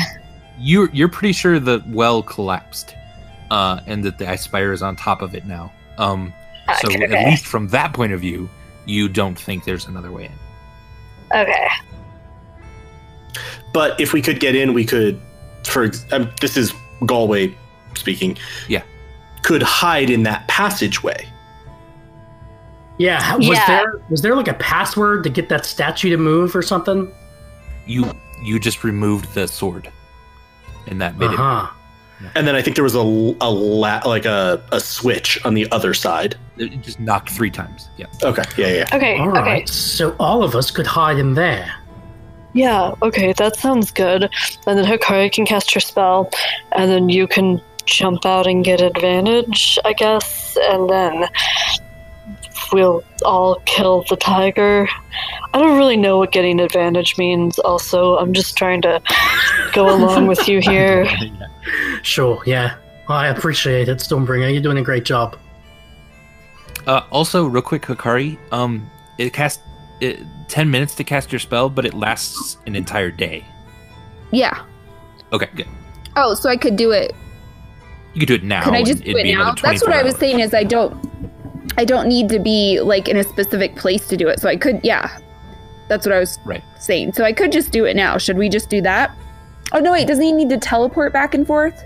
You're you're pretty sure the well collapsed, uh, and that the ice spire is on top of it now. Um, so
Okay,
at
okay.
least from that point of view, you don't think there's another way in.
okay.
But if we could get in, we could, for ex- um, this is Galway speaking.
Yeah.
Could hide in that passageway.
yeah, was
Yeah.
there was there like a password to get that statue to move or something?
You you just removed the sword, and that made
Uh
Uh-huh.
huh.
And then I think there was a, l- a la- like a, a switch on the other side.
it, it just knocked three times. Yeah.
Okay. Yeah, yeah.
Okay.
All
okay.
right, so all of us could hide in there.
Yeah, okay, that sounds good. And then Hikari can cast her spell, and then you can jump out and get advantage, I guess, and then we'll all kill the tiger. I don't really know what getting advantage means, also. I'm just trying to go along with you here.
Sure, yeah. I appreciate it, Stormbringer. You're doing a great job.
Uh, also, real quick, Hikari, um, it cast it, ten minutes to cast your spell, but it lasts an entire day.
Yeah.
Okay, good.
Oh, so I could do it.
You could do it now.
Can I just
and
do
it'd
it
be another
now? That's
24
what I was
hours.
saying is I don't I don't need to be like in a specific place to do it. So I could yeah. That's what I was
Right.
saying. So I could just do it now. Should we just do that? Oh no wait, doesn't he need to teleport back and forth?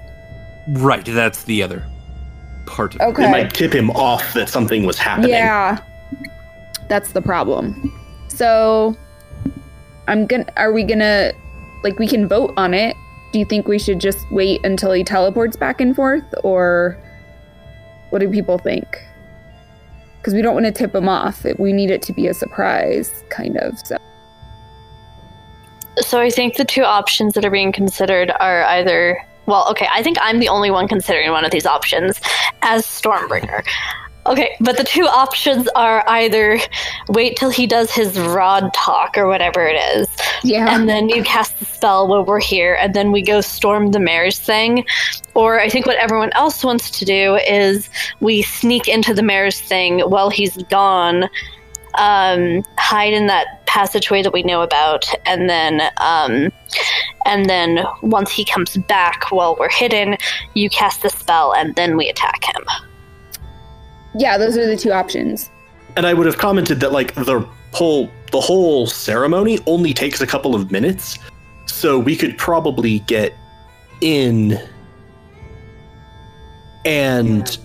Right, that's the other part of
Okay.
It might tip him off that something was happening.
Yeah. That's the problem. So I'm gonna are we gonna like we can vote on it. Do you think we should just wait until he teleports back and forth or what do people think? Because we don't want to tip him off. We need it to be a surprise, kind of. So
So I think the two options that are being considered are either well, okay, I think I'm the only one considering one of these options as Stormbringer. Okay, but the two options are either wait till he does his rod talk or whatever it is,
yeah,
and then you cast the spell while we're here, and then we go storm the marriage thing. Or I think what everyone else wants to do is we sneak into the marriage thing while he's gone, um, hide in that passageway that we know about, and then um, and then once he comes back while we're hidden, you cast the spell, and then we attack him.
yeah. Those are the two options.
And I would have commented that like the whole the whole ceremony only takes a couple of minutes. So we could probably get in and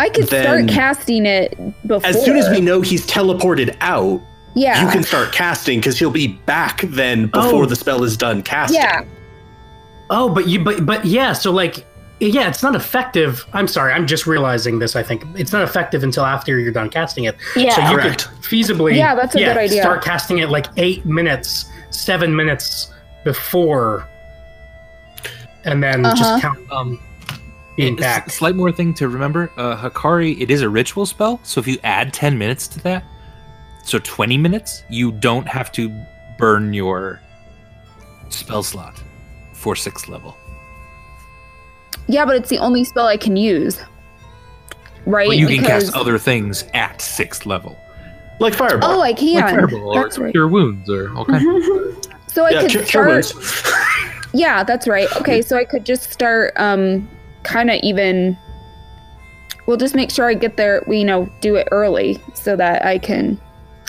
I could
Then-
start casting it before.
as soon as we know he's teleported out,
yeah,
you can start casting because he'll be back then before
Oh.
the spell is done casting.
yeah,
Oh, but you, but but yeah. So like, yeah, it's not effective. I'm sorry, I'm just realizing this. I think it's not effective until after you're done casting it.
Yeah.
So you
Correct.
could feasibly,
Yeah, that's a good idea.
Start casting it like eight minutes, seven minutes before, and then
Uh-huh.
just count
Um,
being
a s-
back.
slight more thing to remember uh, Hikari, it is a ritual spell, so if you add 10 minutes to that, so 20 minutes, you don't have to burn your spell slot for sixth level.
yeah. But it's the only spell I can use. Right?
But you can
Because-
cast other things at sixth level,
Like fireball.
Oh, I can.
like fireball or
that's right.
cure wounds or all kinds. of
So I
yeah,
could
cure, cure
start.
wounds.
Yeah, that's right. Okay, so I could just start um kind of even We'll just make sure I get there, we, you know, do it early so that I can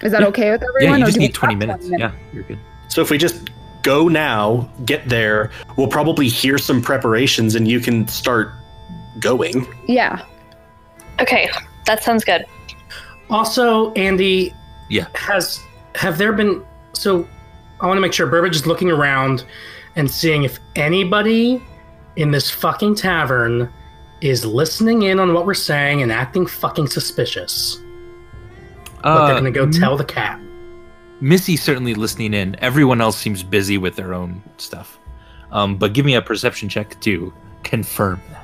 Is that
Yeah.
okay with
Yeah,
Mm-hmm. everyone?
you
or
just
do we
need 20
have
minutes. Yeah, you're good.
So if we just go now, get there, we'll probably hear some preparations and you can start going.
Yeah.
Okay, that sounds good.
Also, Andy.
Yeah.
Has have there been so? I want to make sure Burbage is looking around and seeing if anybody in this fucking tavern is listening in on what we're saying and acting fucking suspicious. But
Uh,
they're gonna
mm.
go tell the cat.
Missy certainly listening in. Everyone else seems busy with their own stuff. Um, but give me a perception check to confirm that.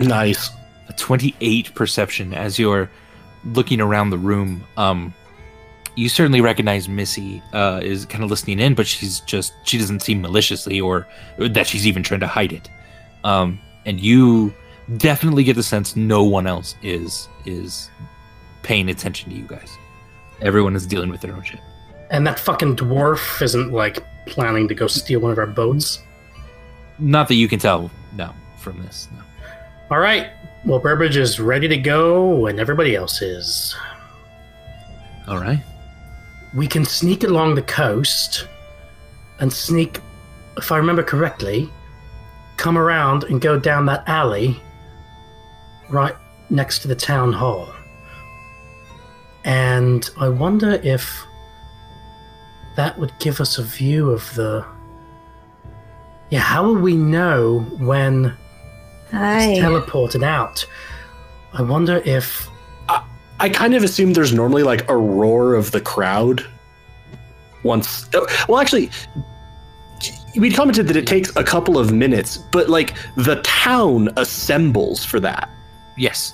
Nice.
A 28 perception as you're looking around the room. Um, you certainly recognize Missy uh, is kind of listening in, but she's just she doesn't seem maliciously or, or that she's even trying to hide it. Um, and you definitely get the sense no one else is is paying attention to you guys. Everyone is dealing with their own shit.
And that fucking dwarf isn't like planning to go steal one of our boats.
Not that you can tell, no, from this. No.
All right. Well, Burbage is ready to go, and everybody else is.
All right.
We can sneak along the coast and sneak, if I remember correctly, come around and go down that alley right next to the town hall. And I wonder if that would give us a view of the. Yeah, how will we know when it's
Hi.
teleported out? I wonder if.
I kind of assume there's normally like a roar of the crowd once. oh, Well, actually, we commented that it takes a couple of minutes, but like the town assembles for that.
Yes.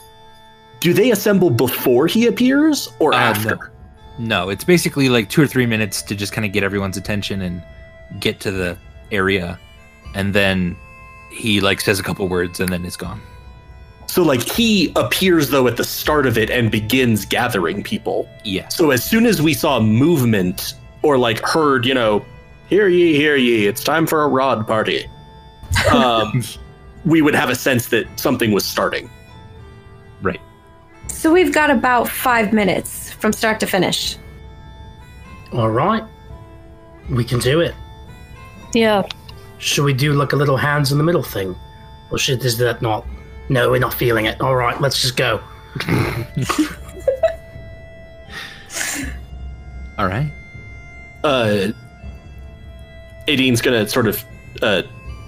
Do they assemble before he appears or
Uh,
after?
No, it's basically like two or three minutes to just kind of get everyone's attention and get to the area, and then he like says a couple words and then it's gone.
So like he appears though at the start of it and begins gathering people.
Yes.
So as soon as we saw movement or like heard, you know, hear ye, hear ye, it's time for a rod party. Um, we would have a sense that something was starting.
So we've got about five minutes from start to finish.
All right. We can do it.
Yeah,
Should we do like a little hands in the middle thing? Or should is that not? No, we're not feeling it. All right, let's just go.
All right.
uh Adine's gonna sort of uh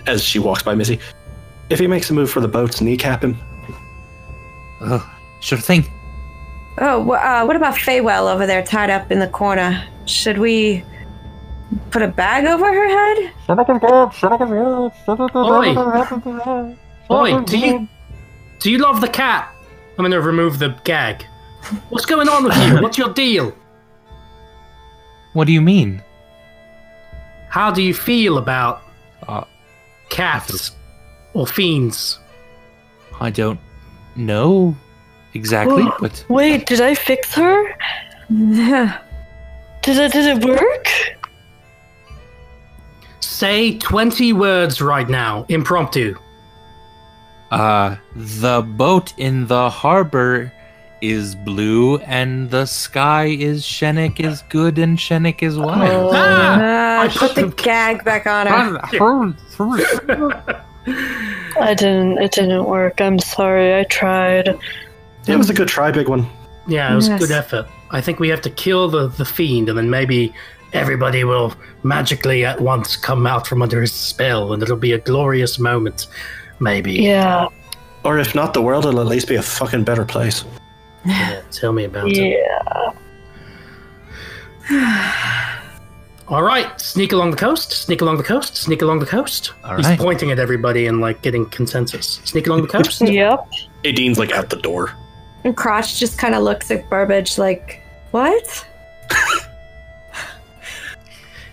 as she walks by Missy. If he makes a move for the boats, kneecap him.
Oh, sure thing.
Oh, wh- uh, what about Faywell over there tied up in the corner? Should we put a bag over her head?
Oi! Oi, do you do you love the cat? I'm gonna remove the gag. What's going on with you? What's your deal?
What do you mean?
How do you feel about
Uh,
cats or fiends?
I don't know exactly, but
Wait, did I fix her? Did it, did it work?
Say twenty words right now, impromptu.
uh, the boat in the harbor is blue, and the sky is Shenik is good, and Shenik is wild.
Ah!
Uh, Oh, put the gag back on her.
I didn't. It didn't work. I'm sorry. I tried.
It was a good try, big one.
Yeah, it was a
Yes.
good effort. I think we have to kill the, the fiend, and then maybe everybody will magically at once come out from under his spell, and it'll be a glorious moment, maybe.
Yeah.
Or if not the world, it'll at least be a fucking better place.
Yeah, tell me about it.
Yeah.
All right, sneak along the coast, sneak along the coast, sneak along the coast.
All
He's
right.
pointing at everybody and like getting consensus. Sneak along the coast.
Yep.
Adine's like out the door.
And Crotch just kind of looks at Burbage like, what?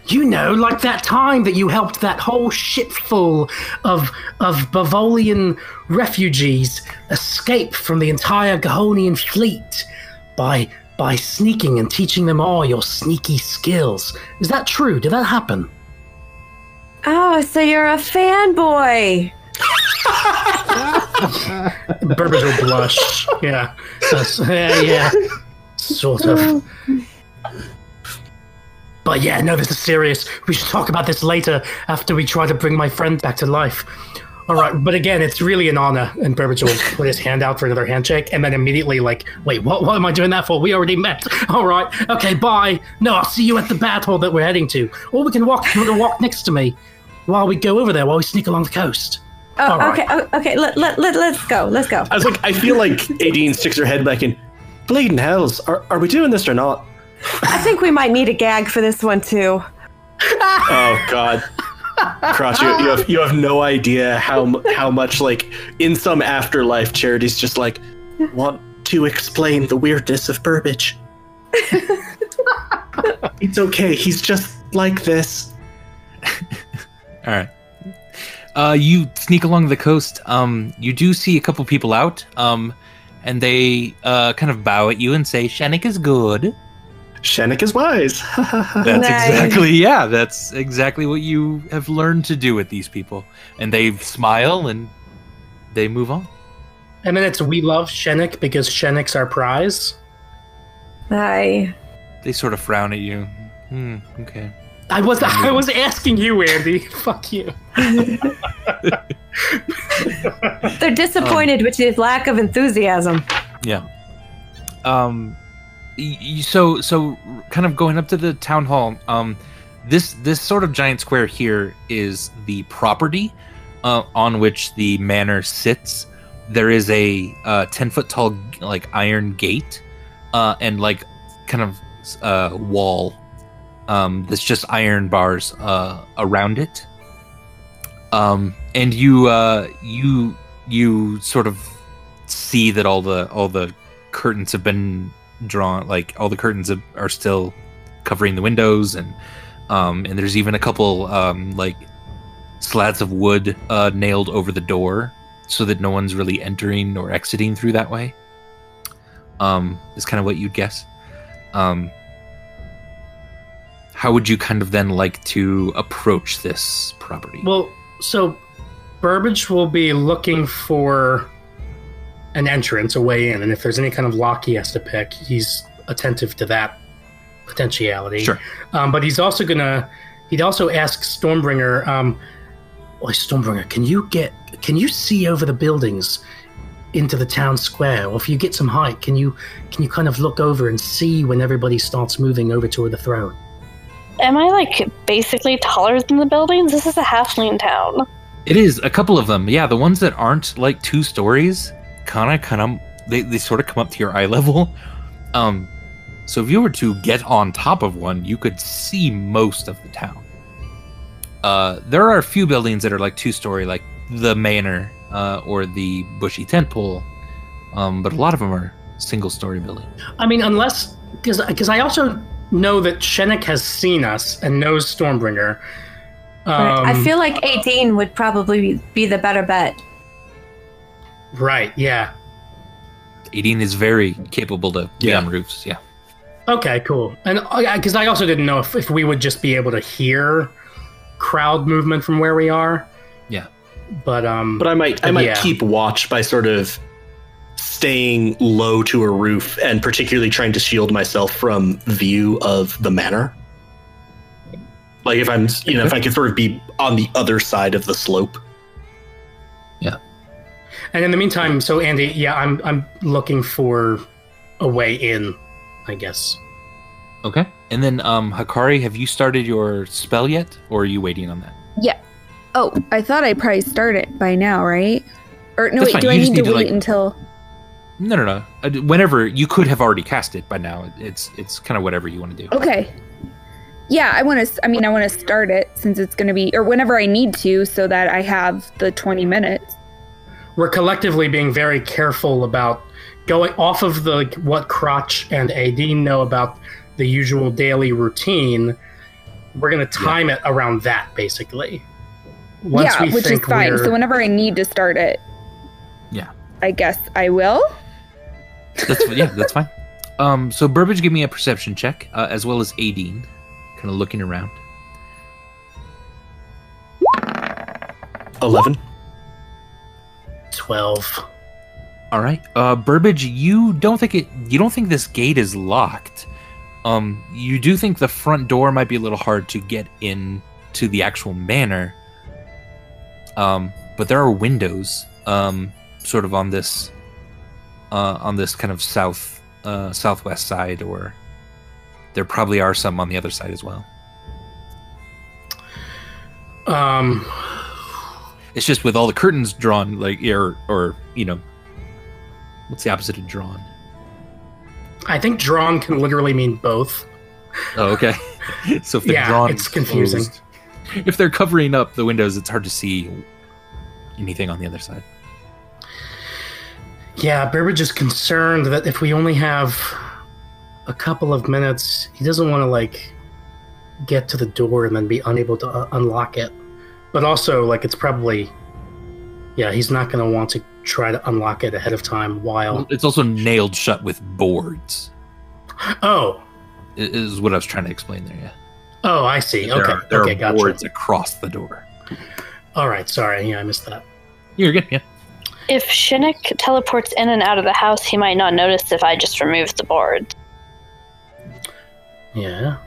You know, like that time that you helped that whole ship full of of Bavolian refugees escape from the entire Gahonian fleet by by sneaking and teaching them all your sneaky skills. Is that true? Did that happen?
Oh, so you're a fanboy.
Burbage will blush. Yeah. That's- yeah, yeah. Sort of. But yeah, no, this is serious. We should talk about this later after we try to bring my friend back to life. All right, but again, it's really an honor. And Burbage will put his hand out for another handshake and then immediately, like, wait, what, what am I doing that for? We already met. All right, okay, bye. No, I'll see you at the battle that we're heading to. Or we can walk, you want to walk next to me while we go over there, while we sneak along the coast.
Oh,
All right.
okay, oh, okay. Let, let, let, let's go. Let's go.
I was like, I feel like Adine sticks her head back in. Bleeding hells, are, are we doing this or not?
I think we might need a gag for this one, too.
Oh God, Cross, you, you have you have no idea how mu- how much like in some afterlife, charity's just like want to explain the weirdness of Burbage. It's okay. He's just like this.
All right. Uh, you sneak along the coast. Um, you do see a couple people out. Um, and they uh, kind of bow at you and say, "Shanik is good."
Shennik is wise.
That's
Nice.
exactly yeah. That's exactly what you have learned to do with these people. And they smile and they move on.
And then it's we love Shenik because Shenik's our prize.
Hi.
They sort of frown at you. Hmm. Okay.
I was I was asking you, Andy. Fuck you.
They're disappointed,
Um.
which is lack of enthusiasm.
um y- y- so so kind of going up to the town hall um this this sort of giant square here is the property uh, on which the manor sits there is a uh, 10 foot tall g- like iron gate uh, and like kind of uh, wall um, that's just iron bars uh, around it um, and you uh, you you sort of see that all the all the curtains have been drawn like all the curtains ab- are still covering the windows and um and there's even a couple um like slats of wood uh nailed over the door so that no one's really entering or exiting through that way um is kind of what you'd guess um how would you kind of then like to approach this property
Well, so Burbage will be looking for an entrance, a way in, and if there's any kind of lock he has to pick, he's attentive to that potentiality.
Sure.
Um, but he's also gonna he'd also ask Stormbringer, um Oh Stormbringer, can you get can you see over the buildings into the town square? Or if you get some height, can you can you kind of look over and see when everybody starts moving over toward the throne?
Am I like basically taller than the buildings? This is a halfling town.
It is a couple of them. Yeah, the ones that aren't like two stories, kind of, kind of, they, they sort of come up to your eye level. Um, so if you were to get on top of one, you could see most of the town. Uh, there are a few buildings that are like two story, like the manor uh, or the bushy tentpole, um, but a lot of them are single story buildings.
I mean, unless because because I also know that Shenik has seen us and knows Stormbringer. Um,
I feel like 18 would probably be the better bet.
right. Yeah.
Eating is very capable to get
Yeah.
on roofs. Yeah.
Okay. Cool. And because I also didn't know if, if we would just be able to hear crowd movement from where we are.
Yeah.
But um.
But I might I might
Yeah.
keep watch by sort of staying low to a roof and particularly trying to shield myself from view of the manor. Like if I'm you know, if I could sort of be on the other side of the slope.
and in the meantime, so Andy, yeah, I'm I'm looking for a way in, I guess.
Okay. And then, um, Hakari, have you started your spell yet, or are you waiting on that?
Oh, I thought I probably start it by now, right? Or no, wait.
That's fine,
Do
you
I
just
need to,
need to,
wait
like-
until?
No, no, no. Uh, Whenever you could have already cast it by now, it's it's kind of whatever you want to do.
Okay. Yeah, I want to. I mean, I want to start it since it's going to be, or whenever I need to, so that I have the twenty minutes.
we're collectively being very careful about going off of the what crotch and ad know about the usual daily routine we're going to time it around that basically once
yeah,
we
which is
think
fine.
we're
So whenever I need to start it,
Yeah.
I guess I will.
That's yeah, that's fine. Um, so Burbage, give me a perception check uh, as well as Aideen, kind of looking around.
Eleven.
12
All right, uh, Burbage, you don't think it. You don't think this gate is locked. Um, you do think the front door might be a little hard to get in to the actual manor. Um, but there are windows, um, sort of on this, uh, on this kind of south, uh, southwest side, or there probably are some on the other side as well.
um
It's just with all the curtains drawn, like or or you know, what's the opposite of drawn?
i think drawn can literally mean both
Oh, okay. so if they're
Yeah,
drawn,
it's confusing.
closed- If they're covering up the windows, it's hard to see anything on the other side.
yeah burbage is concerned that if we only have a couple of minutes he doesn't want to like get to the door and then be unable to uh, unlock it. But also, like, it's probably, yeah, he's not going to want to try to unlock it ahead of time while.
Mm-hmm.
It's also nailed shut with boards.
Oh,
i- Is what I was trying to explain there. Yeah.
oh, I see.
There
okay,
are, there
okay,
are
gotcha.
boards across the door.
All right, sorry, yeah, I missed that.
You're good. Yeah.
If Shinnick teleports in and out of the house, he might not notice if I just remove the board.
Yeah,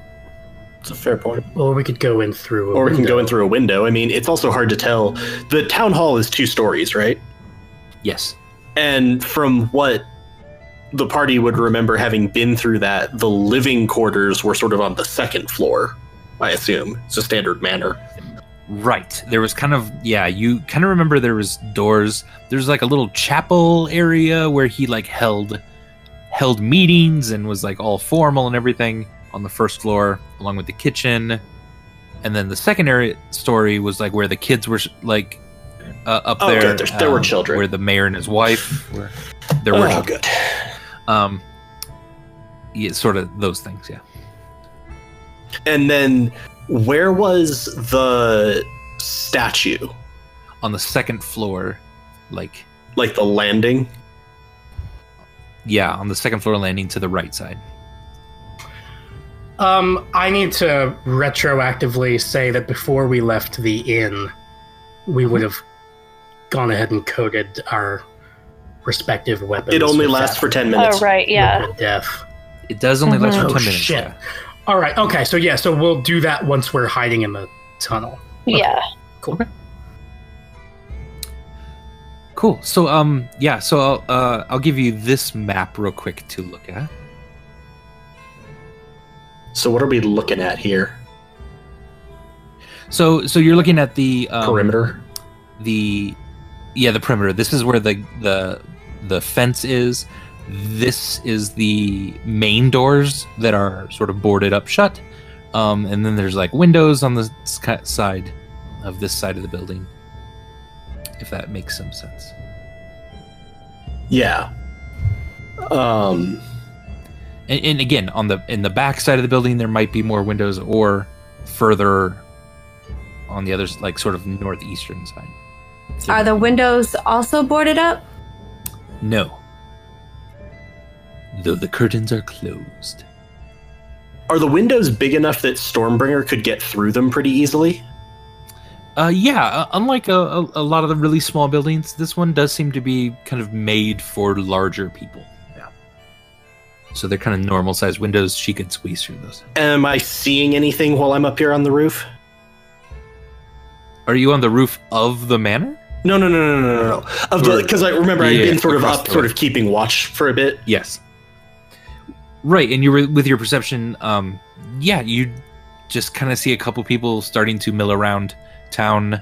It's a fair point.
or we could go in through. A
Or we can go in
window.
through a window. I mean, it's also hard to tell. The town hall is two stories, right?
Yes.
And from what the party would remember having been through that, the living quarters were sort of on the second floor, I assume. It's a standard manor.
Right. There was kind of yeah. You kind of remember there was doors. There's like a little chapel area where he like held held meetings and was like all formal and everything on the first floor, along with the kitchen. And then the second area story was like where the kids were like uh, up
Oh,
there. um,
good. There's- there were children.
Where the mayor and his wife were. There were
oh,
children.
good.
um. Yeah, sort of those things. Yeah.
And then where was the statue?
On the second floor, like
Like the landing?
yeah, on the second floor landing to the right side.
Um, I need to retroactively say that before we left the inn, we
Mm-hmm.
would have gone ahead and coded our respective weapons.
It only
with
lasts
that
for 10 minutes.
Oh, right, yeah.
liquid Death.
It does only last for
Oh
ten minutes.
shit!
yeah.
All right. Okay. So yeah. So we'll do that once we're hiding in the tunnel.
Yeah.
Cool. So um yeah, so I'll uh I'll give you this map real quick to look at.
So what are we looking at here?
So so you're looking at the um,
Perimeter?
The yeah, the perimeter. This is where the the the fence is. This is the main doors that are sort of boarded up shut. Um and then there's like windows on the sky- side of this side of the building. If that makes some sense.
Yeah. Um
and, and again on the in the back side of the building there might be more windows or further on the other s- like sort of northeastern side
Are the windows also boarded up?
no though the curtains are closed
are the windows big enough that Stormbringer could get through them pretty easily?
uh yeah uh, unlike a, a, a lot of the really small buildings this one does seem to be kind of made for larger people yeah so they're kind of normal sized windows she could squeeze through those
Am I seeing anything while I'm up here on the roof?
are you on the roof of the manor
No, no, no, no, no, no, no. Of the
Or-
because I remember I'd
Yeah,
been sort of
across
up,
the
sort
roof.
of keeping watch for a bit.
Yes. Right, and you were with your perception. Um, yeah, you just kind of see a couple people starting to mill around town.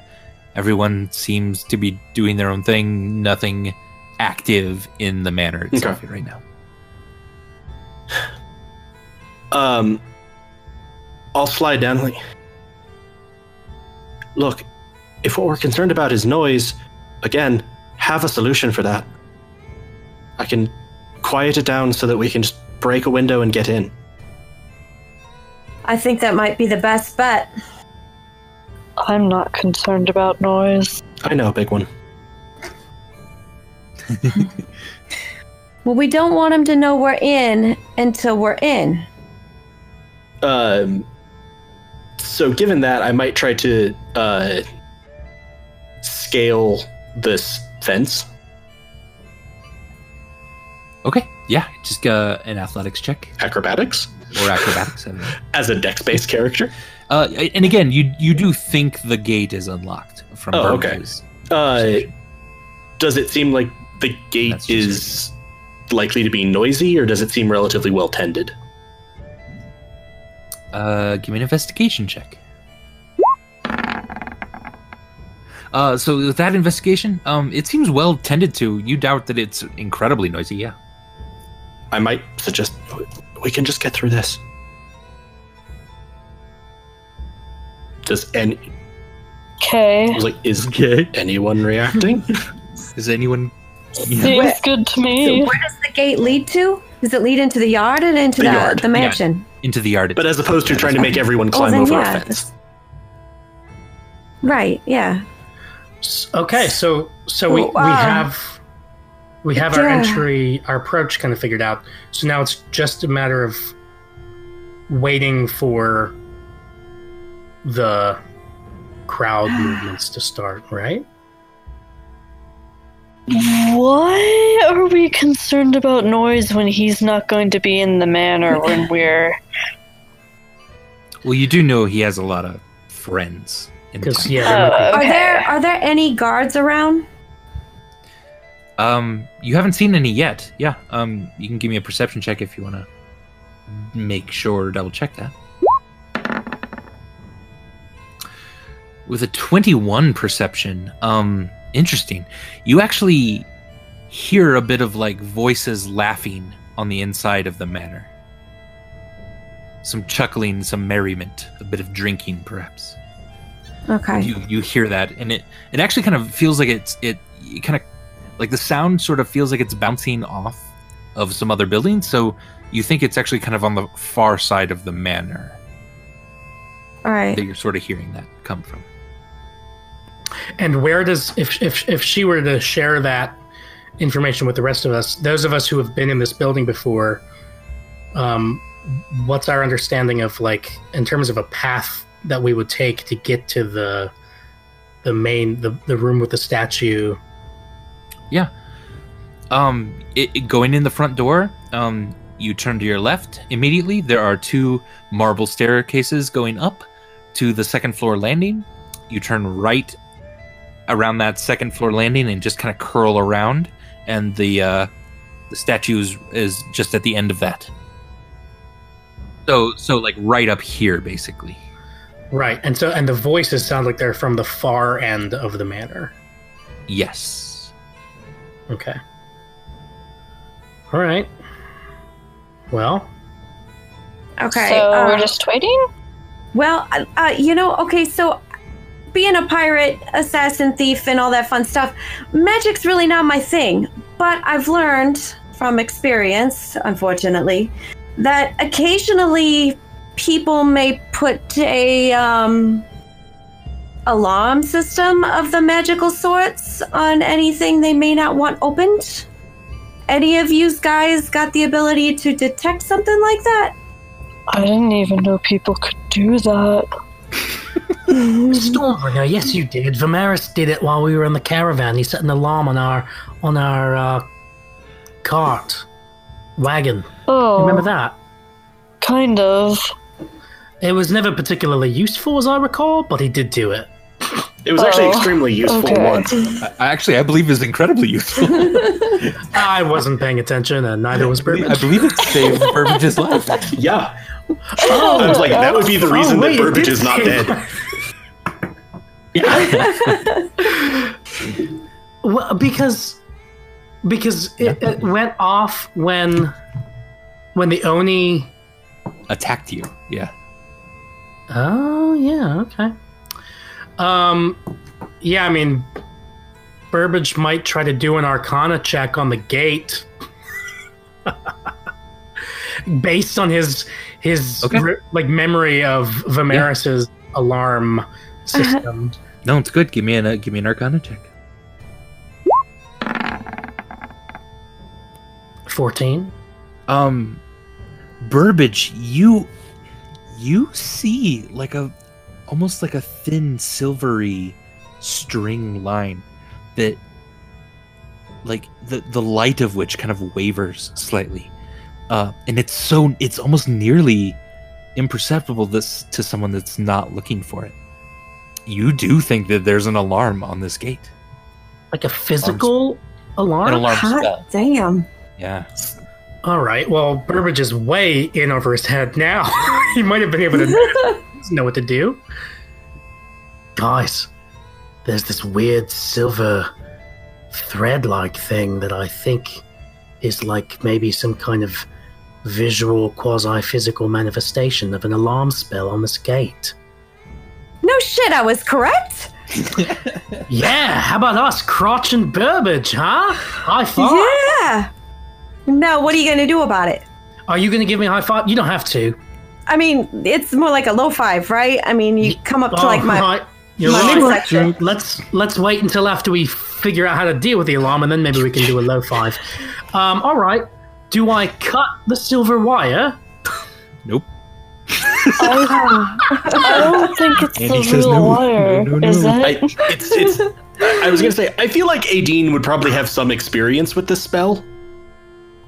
Everyone seems to be doing their own thing. Nothing active in the manor itself right now.
Um, I'll slide down. Like, look, if what we're concerned about is noise, again, have a solution for that. I can quiet it down so that we can just break a window and get in.
I think that might be the best bet.
I'm not concerned about noise.
I know, big one.
Well, we don't want him to know we're in until we're in.
Um, so given that, I might try to uh, scale this fence.
Okay, yeah, just uh, an athletics check
Acrobatics
or acrobatics. I don't know.
as a dex-based character.
uh, and again, you you do think the gate is unlocked from
Oh, okay.
Burgess's
Uh,
perception.
does it seem like the
That's
gate
just
is likely to be noisy, or does it seem relatively well tended?
Uh, give me an investigation check. Uh, so with that investigation, um, it seems well tended to. You doubt that it's incredibly noisy, yeah.
I might suggest we can just get through this. Does any I
Okay.
was like is
Okay.
anyone reacting?
Is anyone? Yeah.
Seems good to me.
Where does the gate lead to? Does it lead into the yard and into
The
the,
yard,
the mansion?
into the yard.
But as opposed to trying to make everyone climb
then
over
yeah,
a fence.
Right, yeah.
S- Okay, so so we,
Well,
we
uh,
have we have our
yeah.
entry, our approach kind of figured out. So now it's just a matter of waiting for the crowd movements to start, right?
Why are we concerned about noise when he's not going to be in the manor when we're.
well, you do know he has a lot of friends. in
Because
town.
yeah, there might
Oh,
Are there
okay.
are there any guards around?
Um, you haven't seen any yet. Yeah. Um, you can give me a perception check if you want to make sure double check that. With a 21 perception, um, interesting. You actually hear a bit of like voices laughing on the inside of the manor. Some chuckling, some merriment, a bit of drinking, perhaps
Okay.
you you hear that and it it actually kind of feels like it's it, it kind of like the sound sort of feels like it's bouncing off of some other building so you think it's actually kind of on the far side of the manor
All right.
that you're sort of hearing that come from
And where does if if if she were to share that information with the rest of us, those of us who have been in this building before, um, what's our understanding of like in terms of a path that we would take to get to the the main the, the room with the statue?
um it, it- going in the front door um you turn to your left immediately there are two marble staircases going up to the second floor landing you turn right around that second floor landing and just kind of curl around and the uh the statue is, is just at the end of that so so like right up here basically
Right. And so and the voices sound like they're from the far end of the manor.
yes
Okay. All right. Well,
Okay.
so
uh,
we're just waiting?
Well, uh, uh, you know, okay, so being a pirate, assassin, thief, and all that fun stuff, magic's really not my thing. But I've learned from experience, unfortunately, that occasionally people may put a um, alarm system of the magical sorts on anything they may not want opened. Any of you guys got the ability to detect something like that?
I didn't even know people could do that.
Stormbringer, yes, you did. Vamaris did it while we were in the caravan. He set an alarm on our on our uh, cart wagon.
Oh,
Remember that?
kind of.
It was never particularly useful, as I recall, but he did do it.
It was actually
Oh,
extremely useful
okay.
once.
I, I actually i believe is incredibly useful
I wasn't paying attention, and neither was
i
Burbage.
believe it saved burbage's life
Yeah. I was like, that would be the reason
Oh, wait,
that
it
Burbage
did
is not
save-
dead.
Well, because because it, it went off when when the Oni.
attacked you yeah
Oh yeah, okay. Um, yeah, I mean, Burbage might try to do an Arcana check on the gate, based on his his
Okay.
re- like memory of Vimeris's alarm system.
no it's good give me an uh, give me an arcana check
14
um burbage you you see like a almost like a thin silvery string line that like the the light of which kind of wavers slightly uh and it's so it's almost nearly imperceptible this to someone that's not looking for it you do think that there's an alarm on this gate
like a physical alarm.
an alarm
Hot
spell
damn.
yeah
All right. Well, Burbage is way in over his head now. he might have been able to he doesn't know what to do. Guys, there's this weird silver thread-like thing that I think is like maybe some kind of visual quasi-physical manifestation of an alarm spell on this gate.
No shit, I was correct.
Yeah, how about us, Crotch and Burbage, huh? High five.
Yeah. No, what are you gonna do about it?
Are you going to give me a high five? You don't have to.
I mean, it's more like a low five, right? I mean, you come up to like
Oh.
my.
Alright, Oh, You're
my
right.
midsection.
Let's let's wait until after we figure out how to deal with the alarm, and then maybe we can do a low five. Um, all right. Do I cut the silver wire?
Nope.
Oh,
I don't think it's
And he
the
says
real
no,
wire,
no, no,
is
no.
it?
I, it's, it's, I was gonna say, I feel like Adine would probably have some experience with this spell.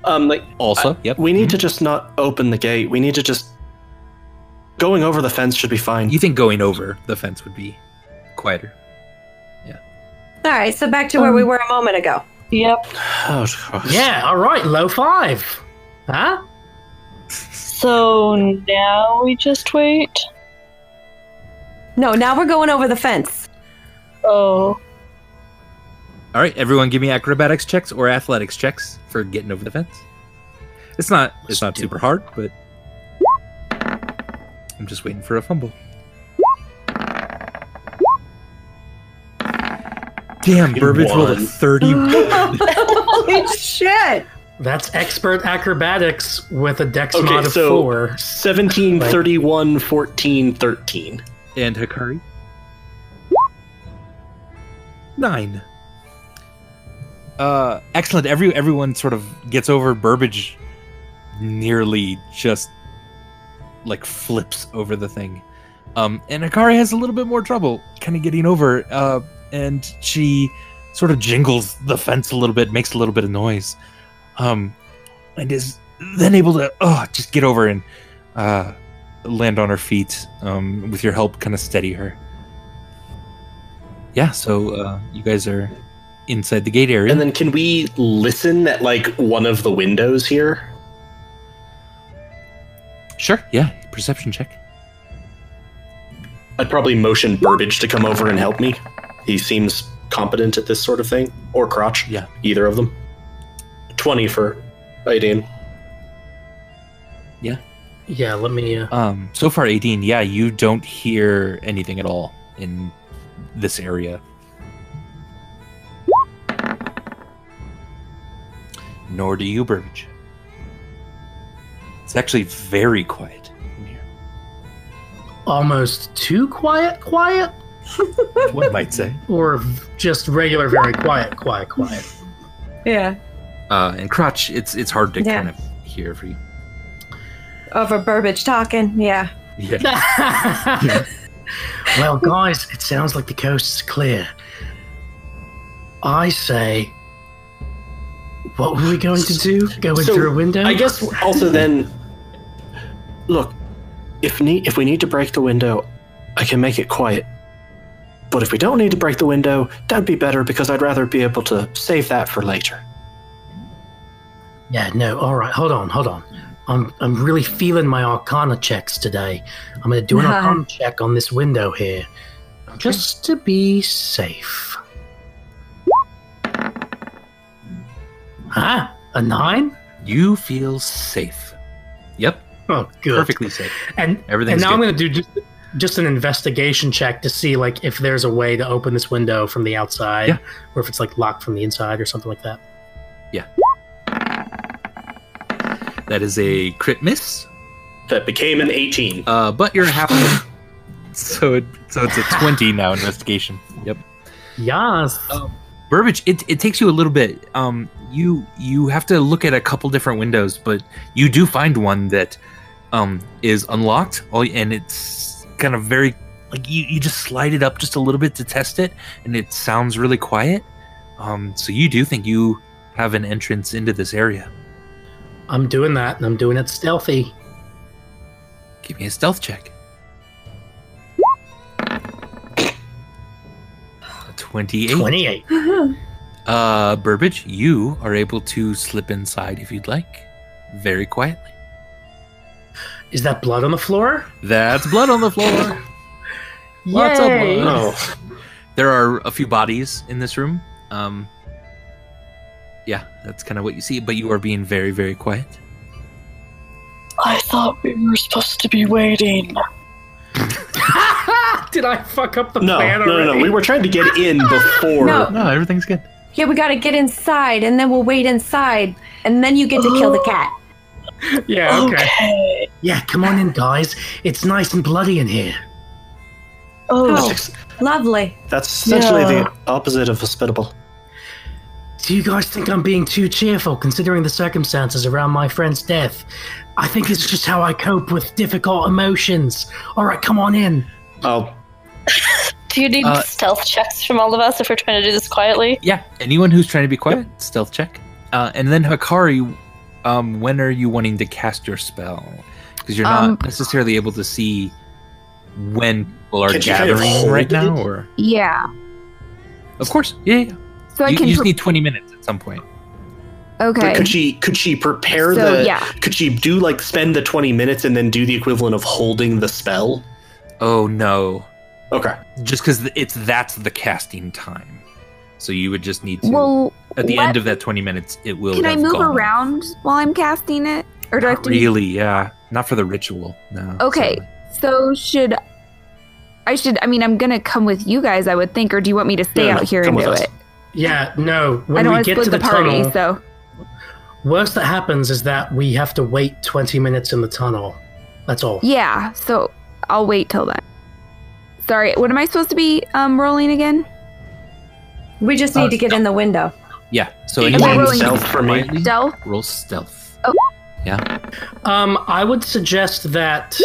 Um, like
Also, yep.
we need to just not open the gate. We need to just going over the fence should be fine.
You think going over the fence would be quieter?
All right, so back to where we were a moment ago.
Yep.
Oh, gosh.
Yeah. All right. Low five. Huh?
So now we just wait.
No, now we're going over the fence.
Oh,
All right, everyone, give me acrobatics checks or athletics checks for getting over the fence. It's not. It's not super hard, but I'm just waiting for a fumble. Damn, Burbage rolled a
One.
thirty-one.
Holy shit!
That's expert acrobatics with a dex
Okay,
mod of
so-
four.
17, 31, 14, 13.
and Hikari. Nine. Uh, excellent. Every everyone sort of gets over. Burbage nearly just like flips over the thing, um, and Hikari has a little bit more trouble kind of getting over. Uh, and she sort of jingles the fence a little bit, makes a little bit of noise, um, and is then able to oh just get over and uh land on her feet um, with your help kind of steady her yeah so uh, you guys are inside the gate area
And then can we listen at like one of the windows here?
sure yeah perception check
I'd probably motion Burbage to come over and help me. He seems competent at this sort of thing. Or Crotch.
Yeah.
Either of them. 20 for Aideen.
Yeah. Let me. Uh,
um, so far 18 yeah you don't hear anything at all in this area nor do you burbage it's actually very quiet in here
almost too quiet. Quiet.
one might say
Or just regular, very quiet, quiet, quiet.
Yeah,
uh, and crotch it's it's hard to
Yeah.
kind of hear for you
over Burbage talking. Yeah.
yeah
well, guys, it sounds like the coast's clear. I say, what were we going to do? Go in
So,
through a window?
I guess also then look, if need if we need to break the window, I can make it quiet. But if we don't need to break the window, that'd be better because I'd rather be able to save that for later.
Yeah, no. All right, hold on, hold on. I'm I'm really feeling my Arcana checks today. I'm going to do an
Uh-huh.
Arcana check on this window here, just to be safe. Huh? A nine?
You feel safe. Yep,
Oh, good.
perfectly safe.
And
Everything's
and now
good.
I'm going to do just, just an investigation check to see like if there's a way to open this window from the outside,
Yeah.
or if it's like locked from the inside or something like that.
That is a crit miss,
That became an 18.
uh, but you're half. so it, so it's a twenty now. Investigation. Yep.
Yes.
Burbage, it, it takes you a little bit. Um, you you have to look at a couple different windows, but you do find one that um, is unlocked, all- and it's kind of very like you, you just slide it up just a little bit to test it, and it sounds really quiet. Um, so you do think you have an entrance into this area.
I'm doing that, and I'm doing it stealthy.
Give me a stealth check. A 28.
Twenty-eight.
Uh, Burbage, you are able to slip inside if you'd like, very quietly.
Is that blood on the floor?
That's blood on the floor. Lots of blood.
Oh.
There are a few bodies in this room. Um, yeah, that's kind of what you see, but you are being very, very quiet.
I thought we were supposed to be waiting.
Did I fuck up the
No,
plan
no, no, no.
already?
We were trying to get in before.
No.
No, everything's good.
Yeah, we gotta get inside, and then we'll wait inside, and then you get to kill the cat.
yeah, okay. Yeah, come on in, guys. It's nice and bloody in here.
Oh,
That's, ex-
lovely.
that's essentially
Yeah.
the opposite of hospitable.
Do you guys think I'm being too cheerful considering the circumstances around my friend's death? I think it's just how I cope with difficult emotions. All right, come on in.
Oh,
Do you need
Uh,
stealth checks from all of us if we're trying to do this quietly?
Yeah, anyone who's trying to be quiet, stealth check. Uh, and then Hakari, um, when are you wanting to cast your spell? Because you're
Um,
not necessarily able to see when people are
Can you kind of
gathering
hold
right now.
it?
Or
Yeah.
of course, yeah, yeah.
So I
you,
can.
you just
pre-
need 20 minutes at some point.
okay.
but could she could she prepare
So
the?
yeah.
Could she do like spend the twenty minutes and then do the equivalent of holding the spell?
Oh no,
Okay.
just because it's that's the casting time. So you would just need to
Well,
at the
what-
end of that 20 minutes, it will.
can I
have
move
gone.
around while I'm casting it, or do I have to? be-
Really, yeah, not for the ritual. No.
Okay.
sorry.
So should I should I mean I'm gonna come with you guys I would think or do you want me to stay
No, no,
out here
come
and
with
do
us.
it?
Yeah, no. When
I don't
we
want to
get
split
to
the,
the,
party.
tunnel,
So
worst that happens is that we have to wait 20 minutes in the tunnel. That's all.
yeah, so I'll wait till then. Sorry, what am I supposed to be um rolling again?
We just
Oh,
need to get in the window.
Yeah. So
Eight
anyone
rolling
who's
stealth for me.
quietly,
Stealth.
Roll stealth.
Um, I would suggest that.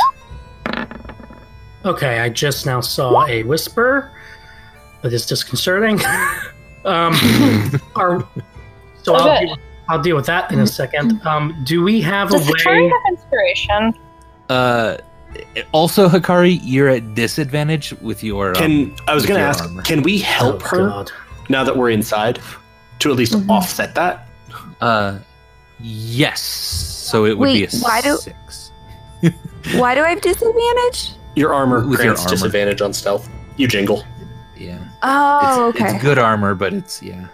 Okay, I just now saw a whisper that is disconcerting. um, our, so
Love
I'll
it.
deal, I'll deal with that in a second. Um, do we have
Does
a
the turn
way?
have inspiration?
Uh, also, Hikari, you're at disadvantage with your.
Can I was
with
gonna
your
ask?
armor.
Can we help
Oh,
her
God.
now that we're inside to at least offset that?
uh, yes. So it would be
Wait,
a
why do-
six.
Why do I have disadvantage?
Your armor
With your
grants
armor.
disadvantage on stealth. You jingle.
Yeah.
Oh,
it's,
okay.
It's good armor, but it's yeah.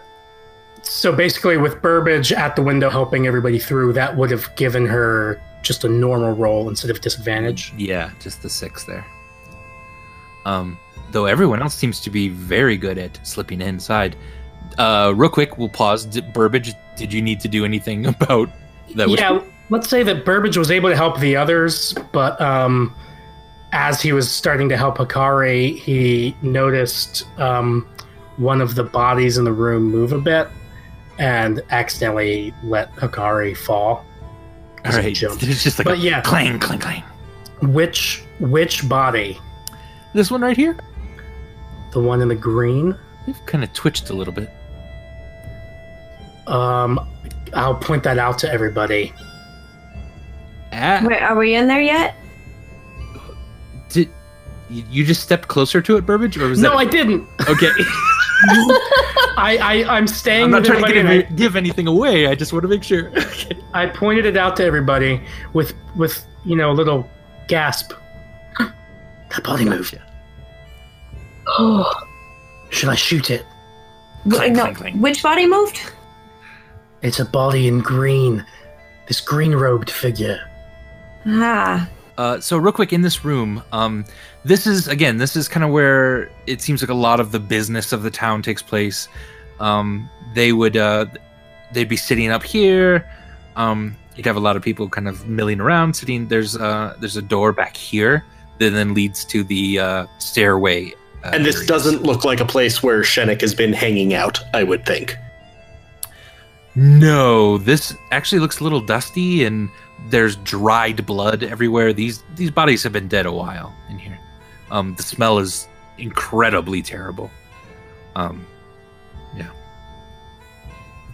So basically, with Burbage at the window helping everybody through, that would have given her just a normal roll instead of disadvantage.
Yeah, just the six there. Um, though everyone else seems to be very good at slipping inside. Uh, real quick, we'll pause. Did, Burbage, did you need to do anything about that? was-
yeah, let's say that Burbage was able to help the others, but um, as he was starting to help Hikari, he noticed um, one of the bodies in the room move a bit and accidentally let Hikari fall.
All right.
jump.
There's just like
But
a
yeah.
clang, clang, clang.
Which which body?
This one right here.
The one in the green?
We've kind of twitched a little bit.
Um, I'll point that out to everybody.
Ah,
Wait, are we in there yet?
Did you you just stepped closer to it, Burbage, or was
No,
that
I didn't.
okay?
I, I I'm staying
I'm not
with
trying to
everybody
give,
and I-
any- give anything away. I just want to make sure. Okay.
I pointed it out to everybody with with you know a little gasp. That body moved. Should I shoot it?
Clang,
no.
clang, clang.
Which body moved?
It's a body in green. This green robed figure.
Ah,
Uh, so real quick in this room, um, this is again, this is kind of where it seems like a lot of the business of the town takes place. Um, they would uh, they'd be sitting up here. Um, you'd have a lot of people kind of milling around, sitting. There's uh, there's a door back here that then leads to the uh, stairway. Uh,
And this
area.
doesn't look like a place where Shenik has been hanging out, I would think.
No, this actually looks a little dusty, and there's dried blood everywhere. These these bodies have been dead a while in here. Um, the smell is incredibly terrible. Um,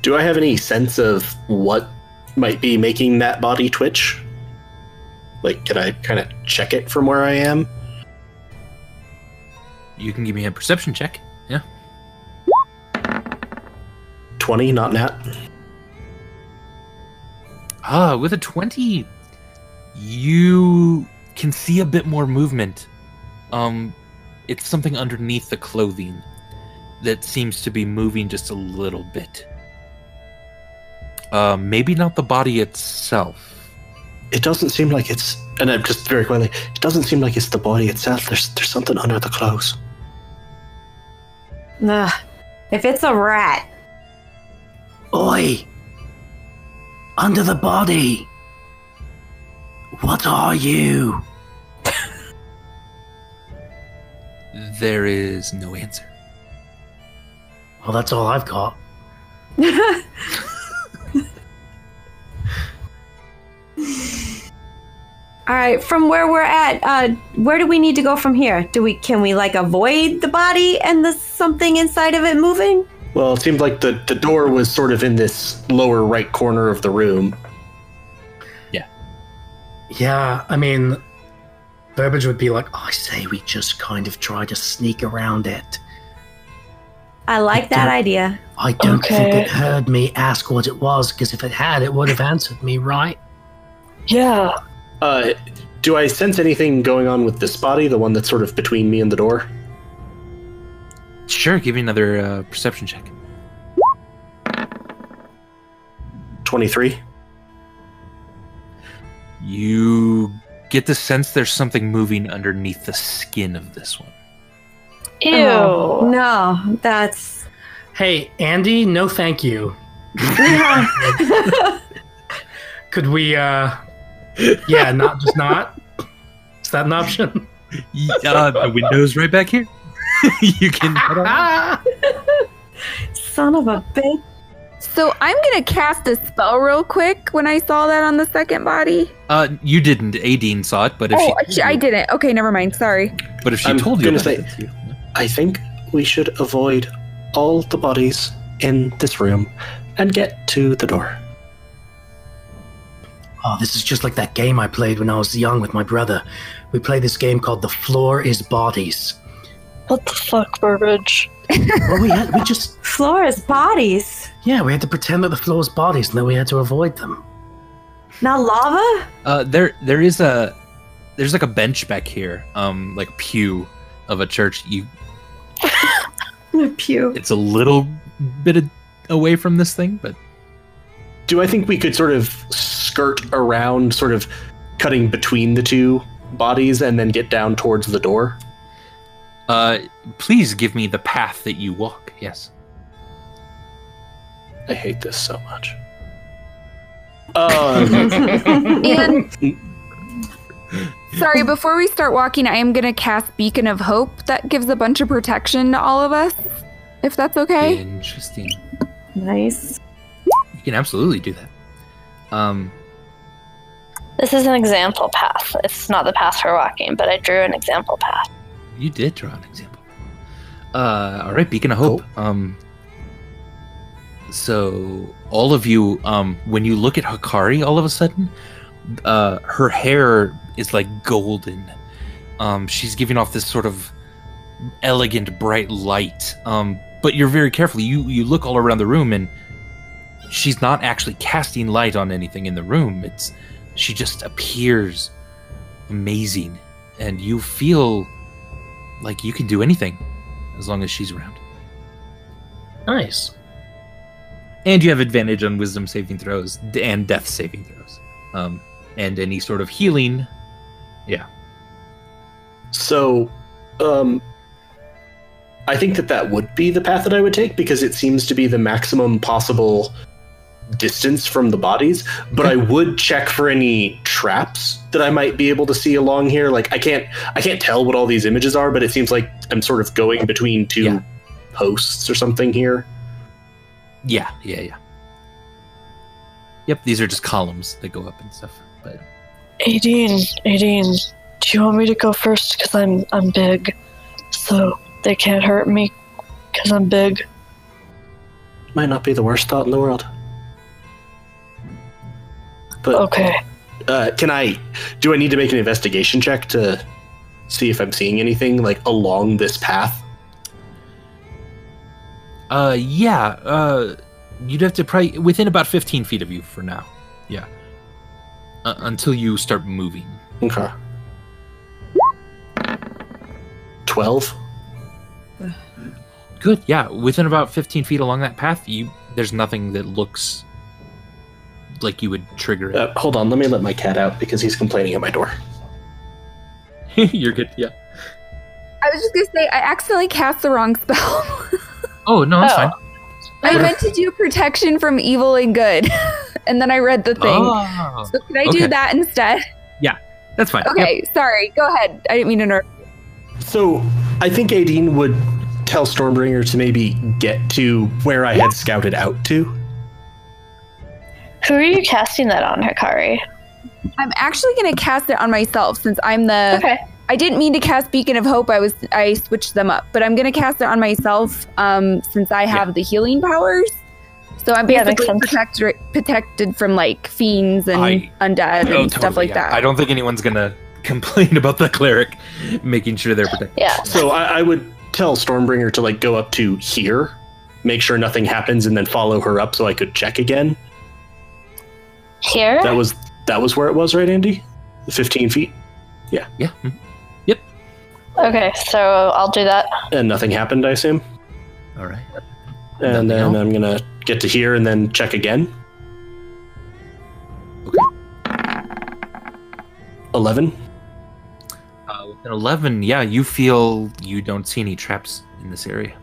Do I have any sense of what might be making that body twitch? Like, can I kind of check it from where I am?
you can give me a perception check. Yeah,
20, not nat.
ah, with a twenty, you can see a bit more movement. Um, it's something underneath the clothing that seems to be moving just a little bit. Uh, maybe not the body itself.
It doesn't seem like it's. And I'm just very quietly. It doesn't seem like it's the body itself. There's there's something under the clothes.
ugh. if it's a rat,
Oi! Under the body. What are you?
There is no answer.
Well, that's all I've got.
All right, from where we're at, uh, where do we need to go from here? Do we can we like avoid the body and the something inside of it moving?
Well, it seemed like the, the door was sort of in this lower right corner of the room.
Yeah, I mean, Burbage would be like, "Oh, I say we just kind of try to sneak around it.
I like that idea.
I don't think
Okay.
it heard me ask what it was, because if it had, it would have answered me, right?
Yeah.
Uh, do I sense anything going on with this body, the one that's sort of between me and the door?
Sure, give me another uh, perception check.
23.
You get the sense there's something moving underneath the skin of this one.
Ew.
Oh, no, that's
Hey, Andy, no thank you. Could we, uh, yeah, not just not? Is that an option?
Uh, the window's right back here. you can.
Ah!
son of a bitch.
So I'm gonna cast a spell real quick when I saw that on the second body.
Uh, you didn't. Adine saw it, but if
Oh,
she,
actually, I didn't. Okay, never mind. Sorry.
but if she
I'm
told you,
gonna
about
say-
it, it's you.
I think we should avoid all the bodies in this room and get to the door.
Oh, this is just like that game I played when I was young with my brother. We played this game called The Floor is Bodies.
What the fuck, Burbage?
Well, we, had, we just,
Flora's bodies,
yeah, we had to pretend that the floor was bodies and then we had to avoid them.
not lava.
Uh, there, there is a, there's like a bench back here, um, like a pew of a church. You,
Pew.
it's a little bit of, away from this thing, but
Do I think we could sort of skirt around, sort of cutting between the two bodies and then get down towards the door?
uh, please give me the path that you walk. Yes.
I hate this so much. Um,
And sorry, before we start walking, I am gonna cast Beacon of Hope. That gives a bunch of protection to all of us, if that's okay.
Interesting.
Nice.
You can absolutely do that. Um,
This is an example path. It's not the path we're walking, but I drew an example path.
you did draw an example. Uh, all right, beacon of hope. Um, so all of you, um, when you look at Hakari, all of a sudden, uh, her hair is like golden. Um, she's giving off this sort of elegant, bright light. Um, but you're very careful. You you look all around the room, and she's not actually casting light on anything in the room. It's she just appears amazing, and you feel like you can do anything as long as she's around.
Nice.
And you have advantage on wisdom saving throws d- and death saving throws. Um, and any sort of healing.
so, um, I think that that would be the path that I would take because it seems to be the maximum possible distance from the bodies. But I would check for any traps that I might be able to see along here. Like I can't, I can't tell what all these images are, but it seems like I'm sort of going between two
Yeah.
posts or something here.
Yeah, yeah, yeah. Yep, these are just columns that go up and stuff. But
Aideen, Aideen, do you want me to go first? Because I'm, I'm big. So they can't hurt me because I'm big.
Might not be the worst thought in the world. But
Okay.
Uh, can I? Do I need to make an investigation check to see if I'm seeing anything like along this path?
uh, yeah, uh, you'd have to probably within about 15 feet of you for now. Yeah. Uh, until you start moving.
Okay. Twelve.
Good. Yeah, within about 15 feet along that path, you there's nothing that looks like you would trigger it.
Uh, hold on, let me let my cat out because he's complaining at my door.
You're good. Yeah.
I was just gonna say I accidentally cast the wrong spell.
Oh no, that's
Oh.
fine.
I meant to do protection from evil and good, and then I read the thing.
Oh.
So could I
Okay.
do that instead?
Yeah, That's fine.
Okay, sorry. Go ahead. I didn't mean to interrupt.
So I think Aideen would tell Stormbringer to maybe get to where I had scouted out to.
Who are you casting that on, Hikari?
I'm actually going to cast it on myself since I'm the.
Okay.
I didn't mean to cast Beacon of Hope. I was I switched them up, but I'm going to cast it on myself um, since I have the healing powers. So I'm
Yeah, makes
basically protected protected from like fiends and
I-
undead and
Oh,
stuff
totally,
like
yeah.
that.
I don't think anyone's gonna complain about the cleric making sure they're protected.
Yeah.
So I, I would tell Stormbringer to like go up to here, make sure nothing happens, and then follow her up so I could check again.
Here?
That was that was where it was, right, Andy? The fifteen feet,
Yeah. mhm.
Okay, so I'll do that.
and nothing happened, I assume.
All right. Nothing
And then
else?
I'm gonna get to here and then check again. Eleven.
Uh, with an eleven, yeah, you feel you don't see any traps in this area,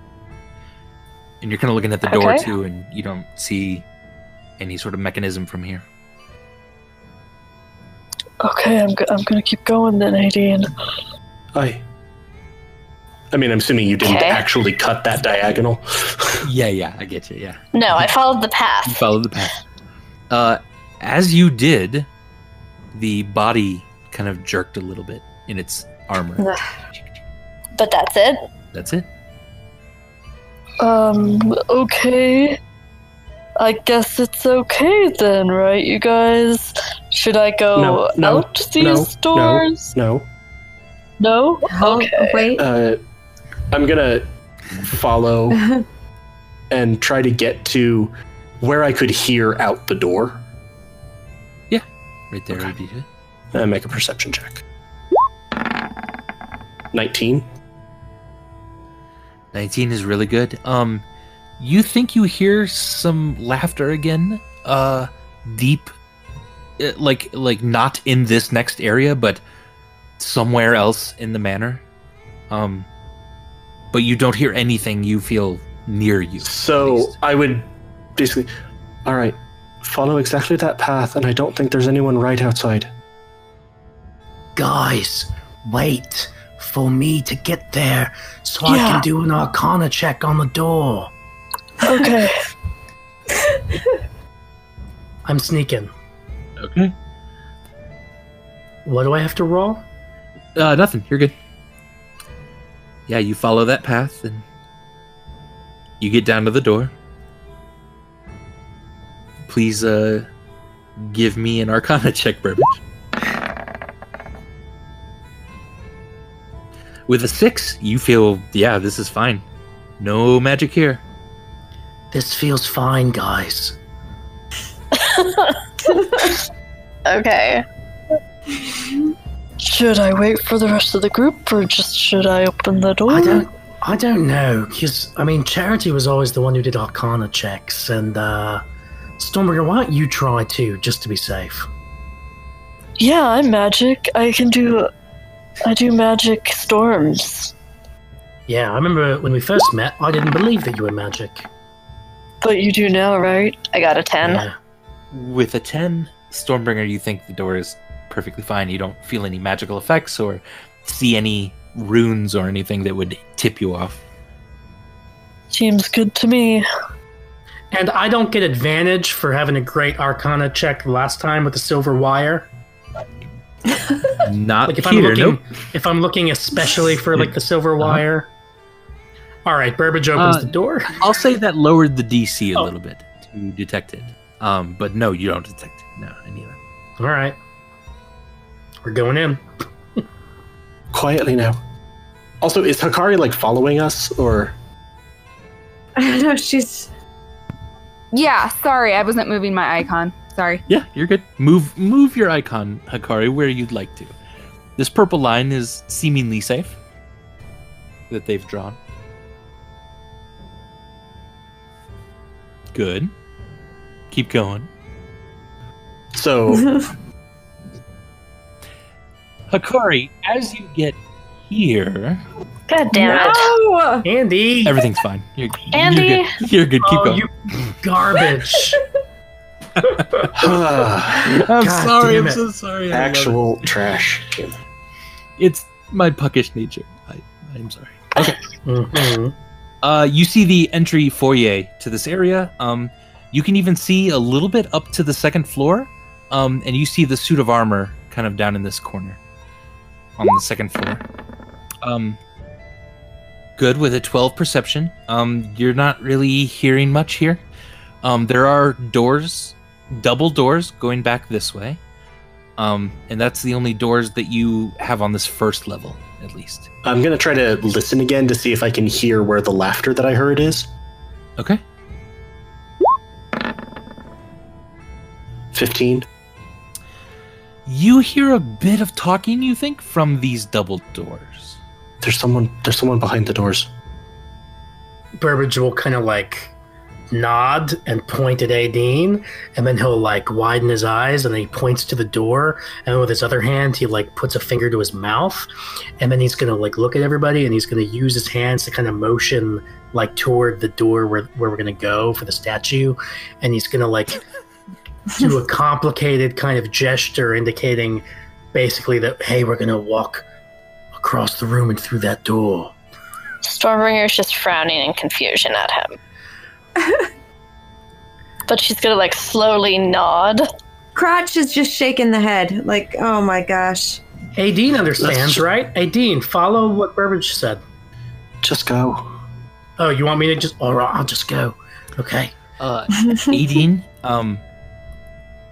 and you're kind of looking at the door
Okay.
too, and you don't see any sort of mechanism from here.
Okay, I'm, go- I'm gonna keep going then, Aideen.
I. I mean, I'm assuming you didn't
Okay.
actually cut that diagonal.
Yeah, yeah, I get you. Yeah.
No, I followed the path.
You follow the path. Uh, as you did, the body kind of jerked a little bit in its armor.
But that's it.
That's it.
Um, okay. I guess it's okay then, right, you guys? Should I go
No, no,
out these
no, no.
doors?
No.
No?
Oh,
Okay.
wait.
Uh, I'm gonna follow and try to get to where I could hear out the door
Right there. would be it.
and make a perception check. 19.
19 is really good. Um, you think you hear some laughter again? Uh, deep, uh, like like not in this next area, but somewhere else in the manor. Um, but you don't hear anything. You feel near you. at
So
least.
I would basically, all right, follow exactly that path, and I don't think there's anyone right outside.
Guys, wait for me to get there so I
Yeah.
can do an arcana check on the door.
Okay.
I'm sneaking.
okay.
What do I have to roll?
Uh, nothing. You're good. Yeah, you follow that path and you get down to the door. Please, uh, give me an Arcana check, Burbage. With a six, you feel yeah, this is fine. No magic here.
This feels fine, guys.
Okay.
Should I wait for the rest of the group, or just should I open the door?
I don't. I don't know, because I mean, Charity was always the one who did Arcana checks, and uh, Stormbringer, why don't you try too, just to be safe?
Yeah, I'm magic. I can do. I do magic storms.
Yeah, I remember when we first met, I didn't believe that you were magic.
But you do now, right?
I got a 10.
Yeah.
With a ten, Stormbringer, you think the door is perfectly fine. You don't feel any magical effects or see any runes or anything that would tip you off.
Seems good to me.
And I don't get advantage for having a great Arcana check last time with the silver wire.
Not
Like if I'm
here.
looking,
Uh, Nope.
if I'm looking especially for like the silver
Uh-huh.
wire. All right, Burbage opens
Uh,
the door.
I'll say that lowered the DC a
Oh.
little bit to detect it. Um, but no, you don't detect it. No, any of that.
All right, we're going in.
Quietly now. Also, is Hikari like following us, or
I don't know. She's.
Yeah, sorry, I wasn't moving my icon. Sorry.
Yeah, you're good. Move, move your icon, Hikari, where you'd like to. This purple line is seemingly safe that they've drawn. Good. Keep going.
so?
Hikari, as you get here,
God damn it.
Oh!
Andy,
everything's fine. You're,
Andy!
you're good. You're good. Keep
oh,
going.
you garbage.
I'm
God
sorry.
damn
I'm
it.
so sorry. I love it.
Actual trash.
It's my puckish nature. I, I'm sorry.
Mhm.
Uh, you see the entry foyer to this area. Um, you can even see a little bit up to the second floor, um, and you see the suit of armor kind of down in this corner on the second floor. Um, good with a 12 perception. Um, you're not really hearing much here. Um, there are doors, double doors going back this way, um, and that's the only doors that you have on this first level, at least.
I'm gonna try to listen again to see if I can hear where the laughter that I heard is.
Okay.
Fifteen.
You hear a bit of talking, you think, from these double doors.
There's someone. There's someone behind the doors.
Burbage will kind of like nod and point at Adine, and then he'll like widen his eyes and then he points to the door. And with his other hand, he like puts a finger to his mouth, and then he's gonna like look at everybody and he's gonna use his hands to kind of motion like toward the door where, where we're gonna go for the statue, and he's gonna like do a complicated kind of gesture indicating basically that hey, we're gonna walk across the room and through that door.
Stormbringer is just frowning in confusion at him. but she's gonna like slowly nod.
Crotch is just shaking the head, like, oh my gosh.
Adine understands,
true.
right? Adine, follow what Burbage said.
Just go.
Oh, you want me to just? All right, I'll just go. Okay.
Uh, Aideen, um,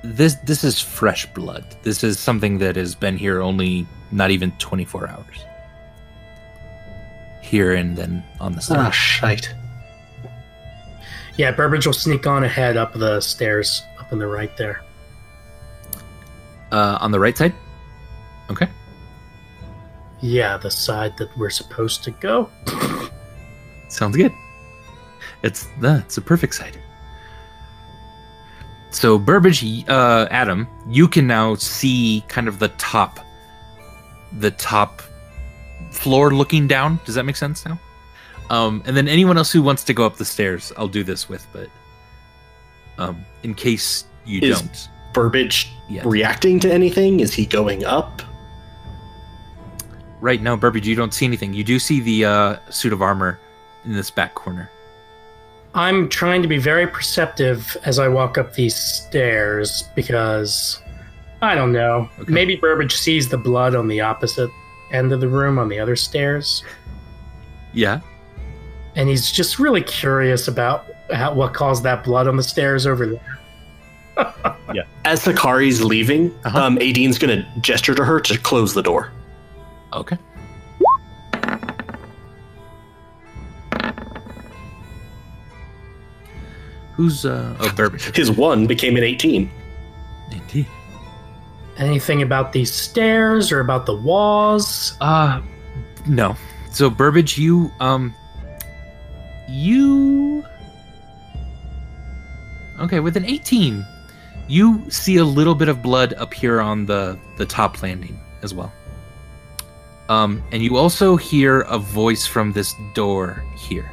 this this is fresh blood. This is something that has been here only not even 24 hours. Here and then on the
Ah,
stage.
shite.
Yeah, Burbage will sneak on ahead up the stairs, up in the right there.
Uh, on the right side?
Yeah, the side that we're supposed to go.
Sounds good. It's the it's a perfect side. So Burbage, uh, Adam, you can now see kind of the top, the top floor looking down. Does that make sense now? Um, and then anyone else who wants to go up the stairs, I'll do this with, but um, in case you
Is-
don't,
Burbage
yeah.
reacting to anything? Is he going up?
Right now, Burbage, you don't see anything. You do see the uh, suit of armor in this back corner.
I'm trying to be very perceptive as I walk up these stairs because I don't know.
Okay.
Maybe Burbage sees the blood on the opposite end of the room on the other stairs.
Yeah.
and he's just really curious about how, what caused that blood on the stairs over there.
As Sakari's leaving,
Uh-huh.
um, Adine's gonna gesture to her to close the door.
Okay. Who's uh oh Burbage?
His one became an eighteen.
Indeed.
Anything about these stairs or about the walls?
Uh no. So Burbage, you um you Okay, with an 18, you see a little bit of blood up here on the the top landing as well. Um and you also hear a voice from this door here.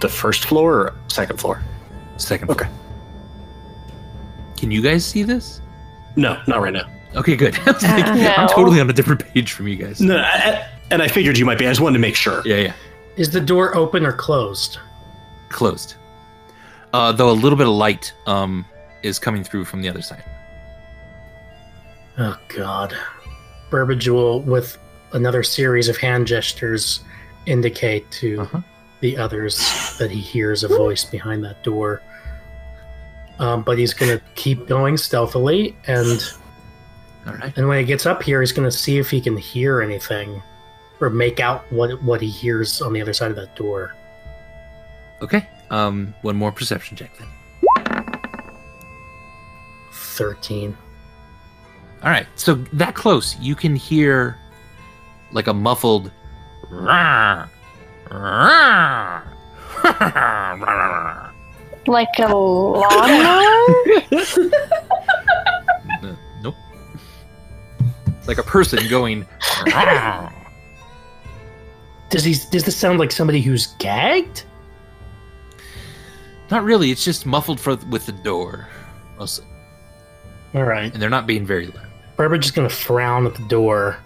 The first floor or second floor?
Second.
Okay.
Can you guys see this?
No, not right now.
Okay, good. I was like, I'm
No.
totally on a different page from you guys.
No, I- I- and I figured you might be. I just wanted to make sure.
Yeah, yeah.
Is the door open or closed?
Closed. Uh, though a little bit of light um, is coming through from the other side.
Oh God! Burbage will, with another series of hand gestures, indicate to
Uh-huh.
the others that he hears a voice behind that door. Um, but he's gonna keep going stealthily, and
All right.
and when he gets up here, he's gonna see if he can hear anything, or make out what what he hears on the other side of that door.
Okay. Um, one more perception check then.
13.
All right. So that close, you can hear like a muffled. "Rah, rah, rah, rah."
Like a lawnmower?
Uh, nope. Like a person going. "Rah."
Does he does this sound like somebody who's gagged?
Not really. It's just muffled for with the door. Also,
All right.
and they're not being very loud.
Burbage is going to frown at the door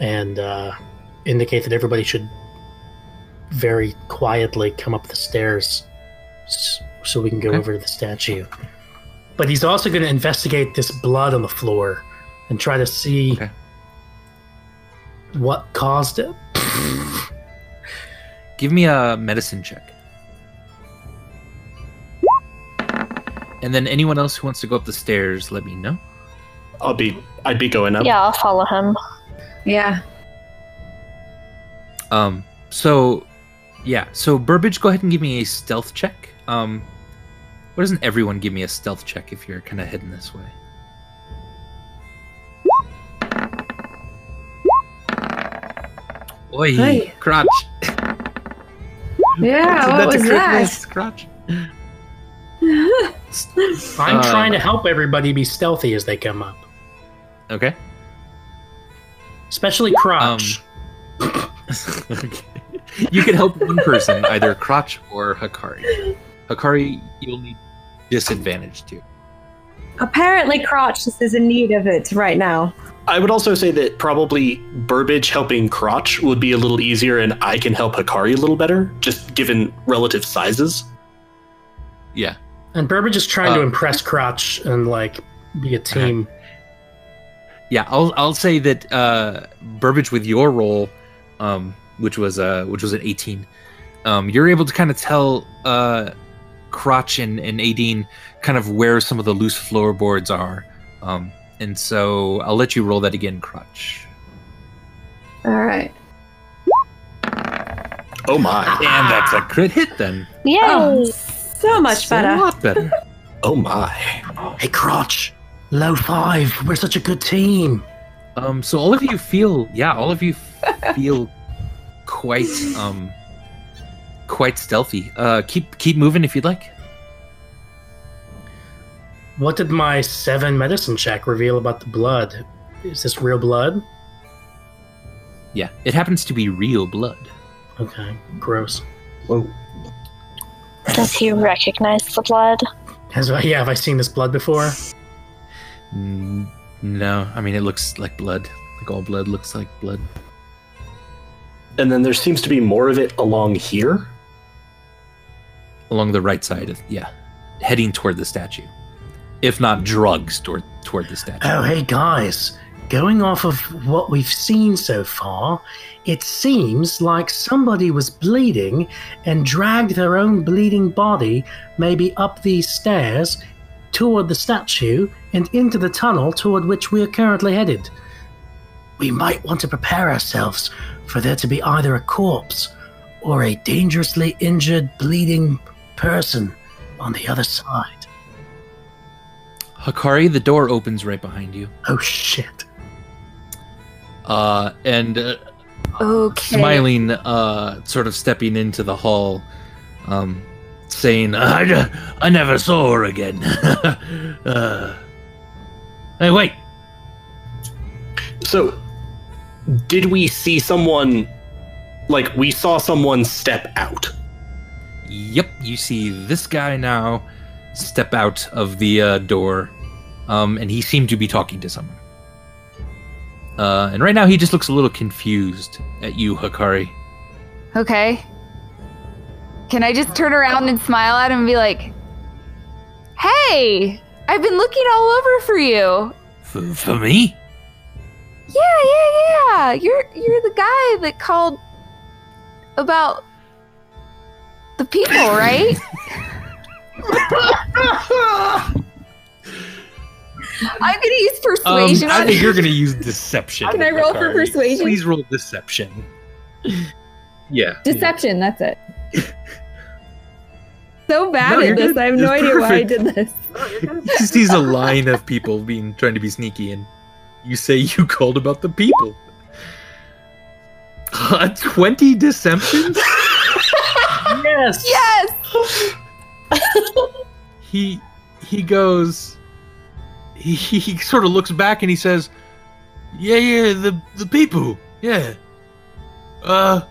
and uh, indicate that everybody should very quietly come up the stairs s- so we can go
Okay.
over to the statue. But he's also going to investigate this blood on the floor and try to see
Okay.
what caused it.
Give me a medicine check. And then anyone else who wants to go up the stairs, let me know.
I'll be I'd be going up.
Yeah, I'll follow him.
Yeah.
Um, so yeah, so Burbage, go ahead and give me a stealth check. Um, why doesn't everyone give me a stealth check if you're kind of heading this way? Oi,
Hey.
crotch.
Yeah, what
That's a
was
crit
that?
miss, crotch.
I'm
Uh,
trying to help everybody be stealthy as they come up,
Okay.
especially Crotch.
Um, you can help one person, either Crotch or Hakari. Hakari, you'll need disadvantage too.
Apparently, Crotch is in need of it right now.
I would also say that probably Burbage helping Crotch would be a little easier, and I can help Hikari a little better, just given relative sizes.
Yeah.
and Burbage is trying to
uh,
impress Crotch and like be a team.
Yeah, I'll I'll say that uh, Burbage with your role, um, which was uh, which was an eighteen, um, you're able to kind of tell uh, Crotch and and Adine kind of where some of the loose floorboards are, um, and so I'll let you roll that again, Crotch.
All right.
Oh my.
And that's a crit hit then.
Yay!
Oh, so much
So A
better.
lot better.
Oh my.
Hey, Crotch, low five. We're such a good team.
Um, so all of you feel, yeah, all of you feel quite, um, quite stealthy. Uh, keep keep moving if you'd like.
What did my seven medicine check reveal about the blood? Is this real blood?
Yeah, it happens to be real blood.
Okay, gross.
Whoa.
Does he recognize the blood?
Has yeah, have I seen this blood before?
Mm, no, I mean it looks like blood. Like all blood looks like blood.
And then there seems to be more of it along here.
along the right side of yeah, heading toward the statue, if not drugs toward toward the statue.
Oh, hey guys. Going off of what we've seen so far, it seems like somebody was bleeding and dragged their own bleeding body maybe up these stairs toward the statue and into the tunnel toward which we are currently headed. We might want to prepare ourselves for there to be either a corpse or a dangerously injured, bleeding person on the other side.
Hakari, the door opens right behind you,
Oh shit.
uh, and uh,
Okay.
smiling, uh, sort of stepping into the hall, um, saying, I, d- I never saw her again. uh, hey, wait.
So, did we see someone? Like, we saw someone step out.
Yep, you see this guy now step out of the uh, door, um, and he seemed to be talking to someone. Uh, and right now, he just looks a little confused at you, Hakari.
Okay. Can I just turn around and smile at him and be like, "Hey, I've been looking all over for you.
For, for me?
Yeah, yeah, yeah. You're you're the guy that called about the people, right? I'm gonna use persuasion
Um, I
on
think you're going to use deception.
Can I roll for
Hikari.
persuasion?
Please roll deception. Yeah.
Deception, that's it. so bad
No, you're
at this.
good.
I have no
It's
idea why I
perfect.
did this.
He just sees a line of people being trying to be sneaky, and you say you called about the people. Uh, Twenty deceptions.
Yes!
Yes.
He he goes. He, he, he sort of looks back and he says, "Yeah, yeah, the the people, yeah. Uh,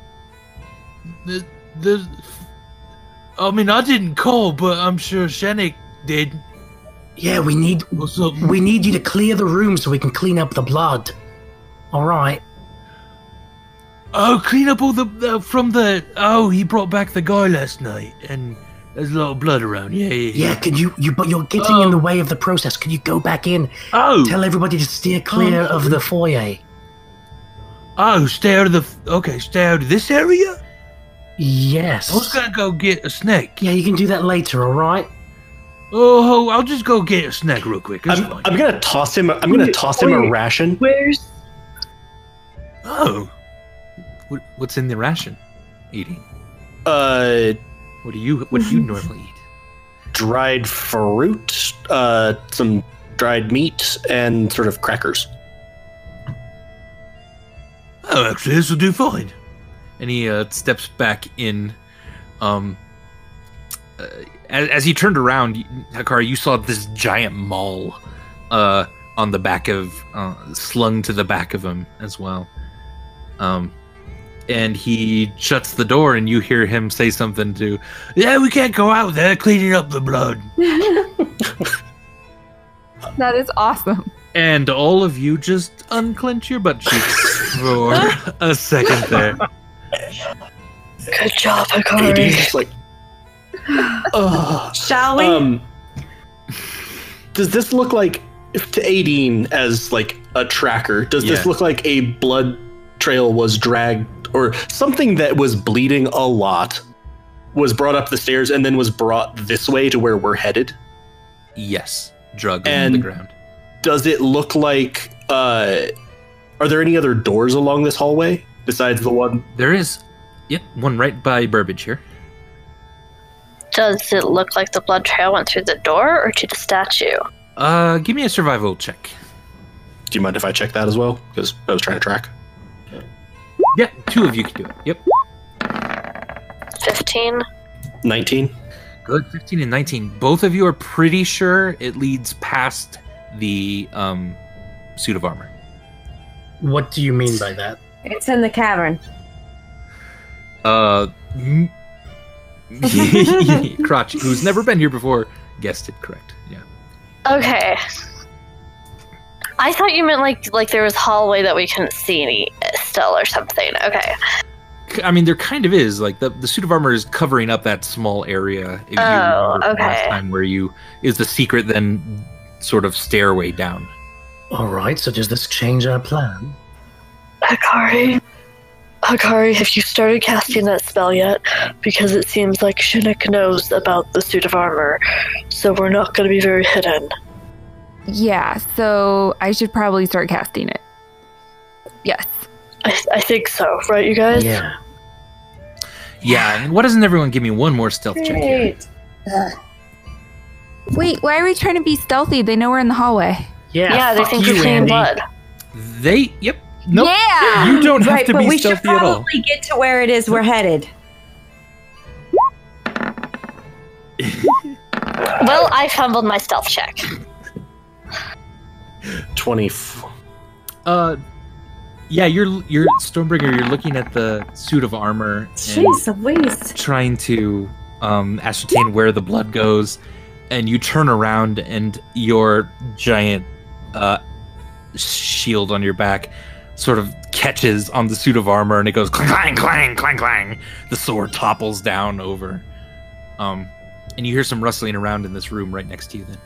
the the. I mean, I didn't call, but I'm sure Shenik did.
Yeah, we need
What's up?
we need you to clear the room so we can clean up the blood. All right.
Oh, clean up all the uh, from the. Oh, he brought back the guy last night, and there's a lot of blood around. Yeah, yeah.
Yeah, can you you but you're getting in the way of the process. Can you go back in?
Oh,
Tell everybody to steer clear
Oh, no.
of the foyer.
oh, stay out of the. f- Okay, stay out of this area.
Yes.
I was gonna go get a snack.
Yeah, you can do that later, all right?
Oh, I'll just go get a snack real quick. It's
I'm,
fine.
I'm gonna toss him. I'm gonna toss him a ration.
Where's
oh, what, what's in the ration? Eating.
Uh,
What do you? What do you normally eat?
dried fruit, uh, some dried meat, and sort of crackers.
Oh, actually, this will do fine. And he uh, steps back in. Um, uh, as, as he turned around, you- Hakari, you saw this giant maul uh, on the back of, uh, slung to the back of him as well. Um, and he shuts the door, and you hear him say something to, "Yeah, we can't go out there cleaning up the blood."
That is awesome.
And all of you just unclench your butt cheeks for a second there.
good job,
AD
Akari?
just like, Ugh.
Shall we?
Um, does this look like if to Aideen as like a tracker? Does this
Yeah.
look like a blood trail was dragged or something that was bleeding a lot was brought up the stairs and then was brought this way to where we're headed?
Yes, drug on
And-
the ground.
Does it look like uh are there any other doors along this hallway besides the one
There is, yep, one right by Burbage here.
Does it look like the blood trail went through the door or to the statue?
Uh, give me a survival check.
Do you mind if I check that as well? Because I was trying to track.
Yeah, two of you can do it. Yep.
15.
19.
Good. 15 and 19. Both of you are pretty sure it leads past the um, suit of armor.
What do you mean by that?
It's in the cavern.
Uh, m- Crotch, who's never been here before, guessed it correct. Yeah.
Okay. I thought you meant like like there was hallway that we couldn't see any still or something. Okay.
K- I mean, there kind of is. Like the, the suit of armor is covering up that small area. If you
Oh,
remember from Last
okay.
time where you is the secret then sort of stairway down.
All right, so does this change our plan?
Akari? Akari, have you started casting that spell yet? Because it seems like Shinnik knows about the suit of armor, so we're not going to be very hidden.
Yeah, so I should probably start casting it. Yes.
I, I think so, right, you guys?
Yeah.
Yeah. And why doesn't everyone give me one more stealth check here?
Wait, why are we trying to be stealthy? They know we're in the hallway.
Yeah,
Yeah, they
fuck
think
you,
you're seeing
Andy.
blood.
They. Yep. Nope.
Yeah.
You don't have
right,
to
but
be
we should
stealthy at all.
probably get to where it is we're headed.
Well, I fumbled my stealth check.
20.
Uh, yeah, you're you're Stormbringer. You're looking at the suit of armor and
Jeez Louise.
trying to um, ascertain where the blood goes, and you turn around and your giant uh, shield on your back sort of catches on the suit of armor, and it goes clang clang clang clang. The sword topples down over, um, and you hear some rustling around in this room right next to you. Then.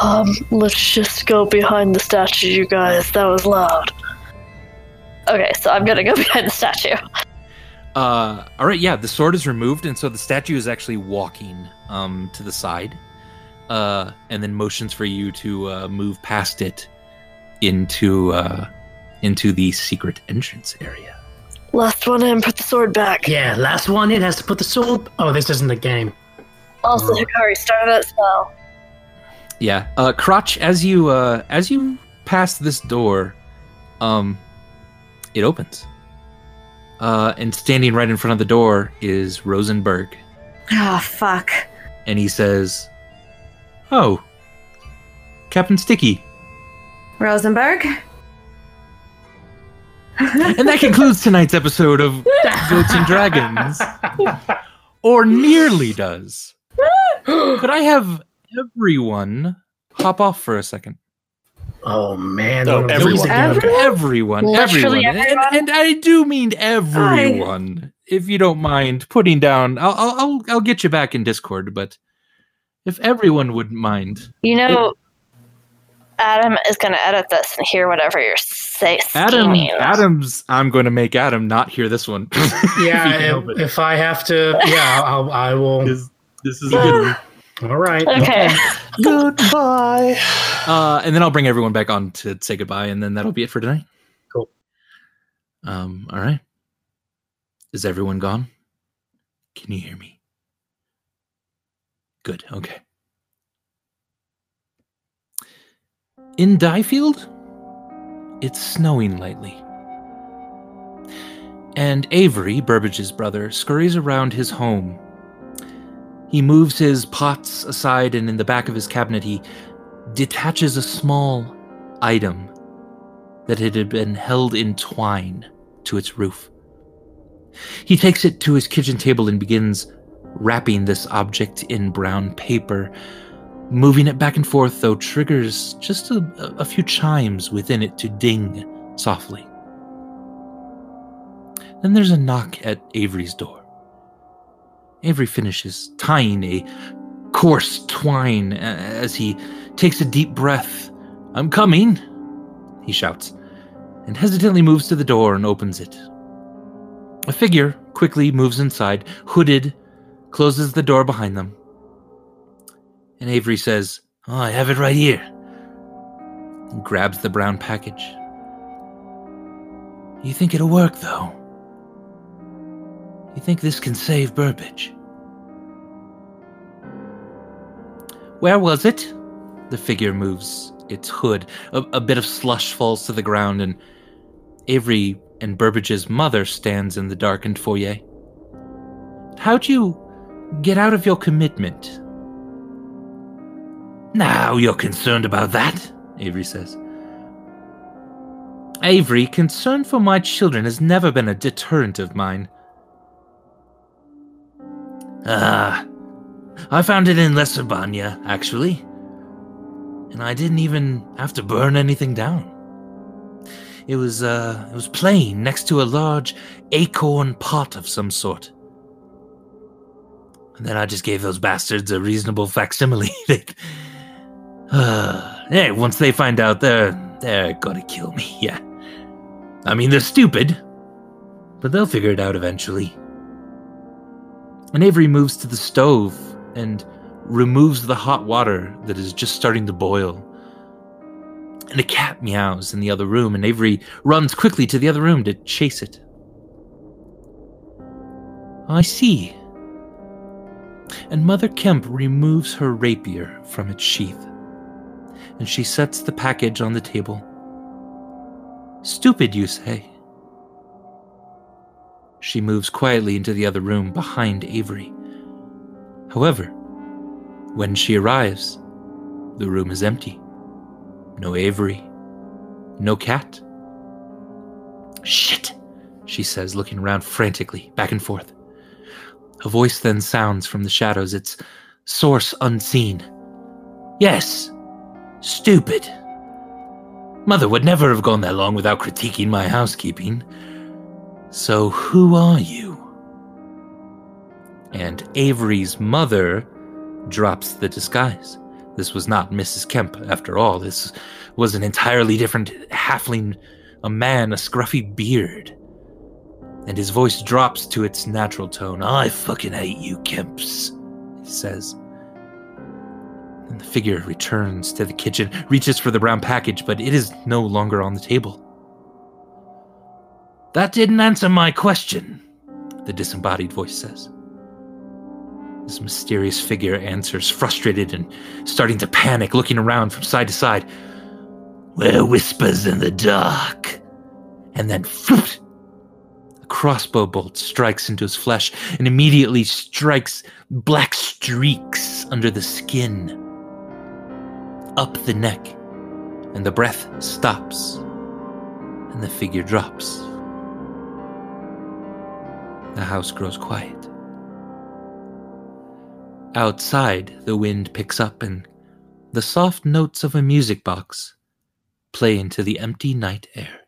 Um, let's just go behind the statue, you guys. That was loud.
Okay, so I'm gonna go behind the statue.
Uh, all right, yeah, the sword is removed, and so the statue is actually walking um, to the side, uh, and then motions for you to uh, move past it into uh, into the secret entrance area.
Last one in, put the sword back.
Yeah, last one in has to put the sword. Oh, this isn't a game.
Also, Hikari, start that spell.
Yeah, uh, crotch. As you uh, as you pass this door, um, it opens, uh, and standing right in front of the door is Rosenberg.
Oh fuck.
and he says, "Oh, Captain Sticky."
Rosenberg?
And that concludes tonight's episode of Goats and Dragons, or nearly does. Could I have everyone hop off for a second.
Oh man!
Oh,
what am I doing?
everyone.
Okay.
Everyone?
Everyone,
Literally
everyone, and-
everyone?
And, I do mean everyone. If you don't mind putting down, I'll, I'll I'll I'll get you back in Discord, but if everyone wouldn't mind,
You know, Adam is going to edit this and hear whatever you're saying.
Adam, Adam's. I'm going to make Adam not hear this one.
Yeah,
If you
if,
can help it.
if I have to, yeah, I'll, I will.
This, this is a good one.
All right.
Okay.
Goodbye.
Uh, and then I'll bring everyone back on to say goodbye, and then that'll be it for tonight.
Cool.
Um, all right. Is everyone gone? Can you hear me? Good. Okay. In Diefield, it's snowing lightly. And Avery, Burbage's brother, scurries around his home. He moves his pots aside, and in the back of his cabinet, he detaches a small item that it had been held in twine to its roof. He takes it to his kitchen table and begins wrapping this object in brown paper, moving it back and forth, though triggers just a, a few chimes within it to ding softly. Then there's a knock at Avery's door. Avery finishes tying a coarse twine a- as he takes a deep breath. I'm coming, he shouts, and hesitantly moves to the door and opens it. A figure quickly moves inside, hooded, closes the door behind them. And Avery says, oh, I have it right here, and grabs the brown package. You think it'll work, though? You think this can save Burbage? Where was it? The figure moves its hood. A, a bit of slush falls to the ground, and Avery and Burbage's mother stands in the darkened foyer. How'd you get out of your commitment? Now you're concerned about that, Avery says. Avery, concern for my children has never been a deterrent of mine. Ah, I found it in Lesser Banya, actually and I didn't even have to burn anything down. It was uh, it was plain next to a large acorn pot of some sort. And then I just gave those bastards a reasonable facsimile. they, uh, hey, once they find out, they're they're gonna kill me. Yeah, I mean they're stupid, but they'll figure it out eventually. And Avery moves to the stove and removes the hot water that is just starting to boil. And a cat meows in the other room, and Avery runs quickly to the other room to chase it. I see. And Mother Kemp removes her rapier from its sheath, and she sets the package on the table. Stupid, you say? She moves quietly into the other room behind Avery. However, when she arrives, the room is empty. No Avery. No cat. Shit, she says, looking around frantically, back and forth. A voice then sounds from the shadows, its source unseen. Yes, stupid. Mother would never have gone that long without critiquing my housekeeping. So who are you? And Avery's mother drops the disguise. This was not Mrs. Kemp, after all. This was an entirely different halfling, a man, a scruffy beard. And his voice drops to its natural tone. I fucking hate you, Kemps, he says. And the figure returns to the kitchen, reaches for the brown package, but it is no longer on the table. That didn't answer my question, the disembodied voice says. This mysterious figure answers, frustrated and starting to panic, looking around from side to side. Where whispers in the dark. And then, floop, a crossbow bolt strikes into his flesh and immediately strikes black streaks under the skin, up the neck, and the breath stops, and the figure drops. The house grows quiet. Outside, the wind picks up and the soft notes of a music box play into the empty night air.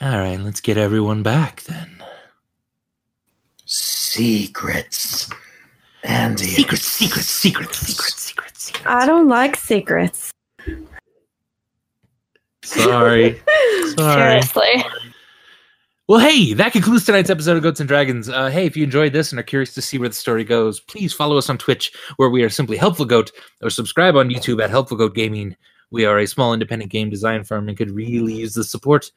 All right, let's get everyone back then.
Secrets. And the
Secrets, secrets, secrets, secrets, secrets, secrets.
I don't like secrets.
Sorry. Sorry.
Seriously.
Well, hey, that concludes tonight's episode of Goats and Dragons. Uh, hey, if you enjoyed this and are curious to see where the story goes, please follow us on Twitch, where we are simply Helpful Goat, or subscribe on YouTube at Helpful Goat Gaming. We are a small independent game design firm and could really use the support.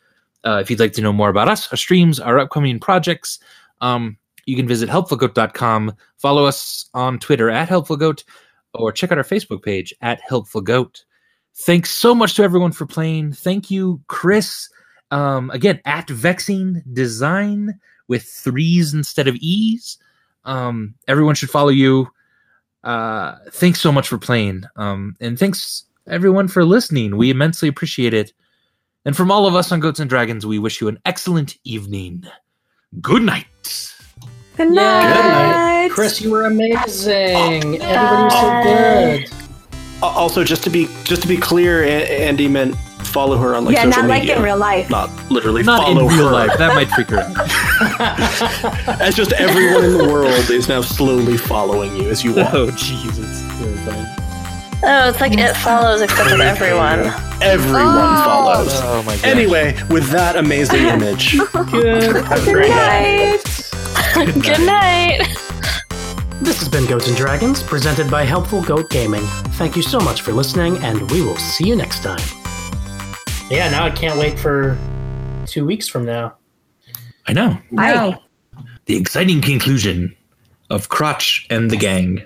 Uh, if you'd like to know more about us, our streams, our upcoming projects, um, you can visit helpfulgoat.com, follow us on Twitter at Helpful Goat, or check out our Facebook page at Helpful Goat. Thanks so much to everyone for playing. Thank you, Chris um, again at vexing design with threes instead of e's um, everyone should follow you uh, thanks so much for playing um, and thanks everyone for listening we immensely appreciate it and from all of us on goats and dragons we wish you an excellent evening good night
Good night.
Chris, you were amazing. Everybody
Uh,
was so good.
Al- Uh, Also, just to be just to be clear, A- Andy meant follow her on like
yeah,
social
not like
media,
in real life.
not literally
not in
follow
real
her.
life that might freak her out
As just everyone in the world is now slowly following you as you walk.
oh jesus terrifying.
Oh, it's like it follows except with everyone.
Everyone follows.
oh my god
Anyway, with that amazing image, have a great night.
Good night.
This has been Goats and Dragons, presented by Helpful Goat Gaming. Thank you so much for listening, and we will see you next time. Yeah, now I can't wait for two weeks from now.
i know
Bye.
the exciting conclusion of crotch and the gang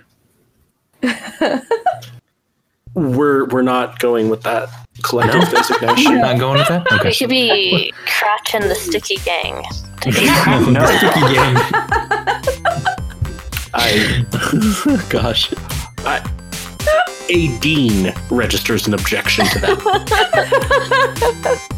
We're we're not going with that collective designation.
not going with that okay
It could be Crotch and the Sticky Gang.
No.
Sticky gang.
I,
Gosh.
a dean registers an objection to that.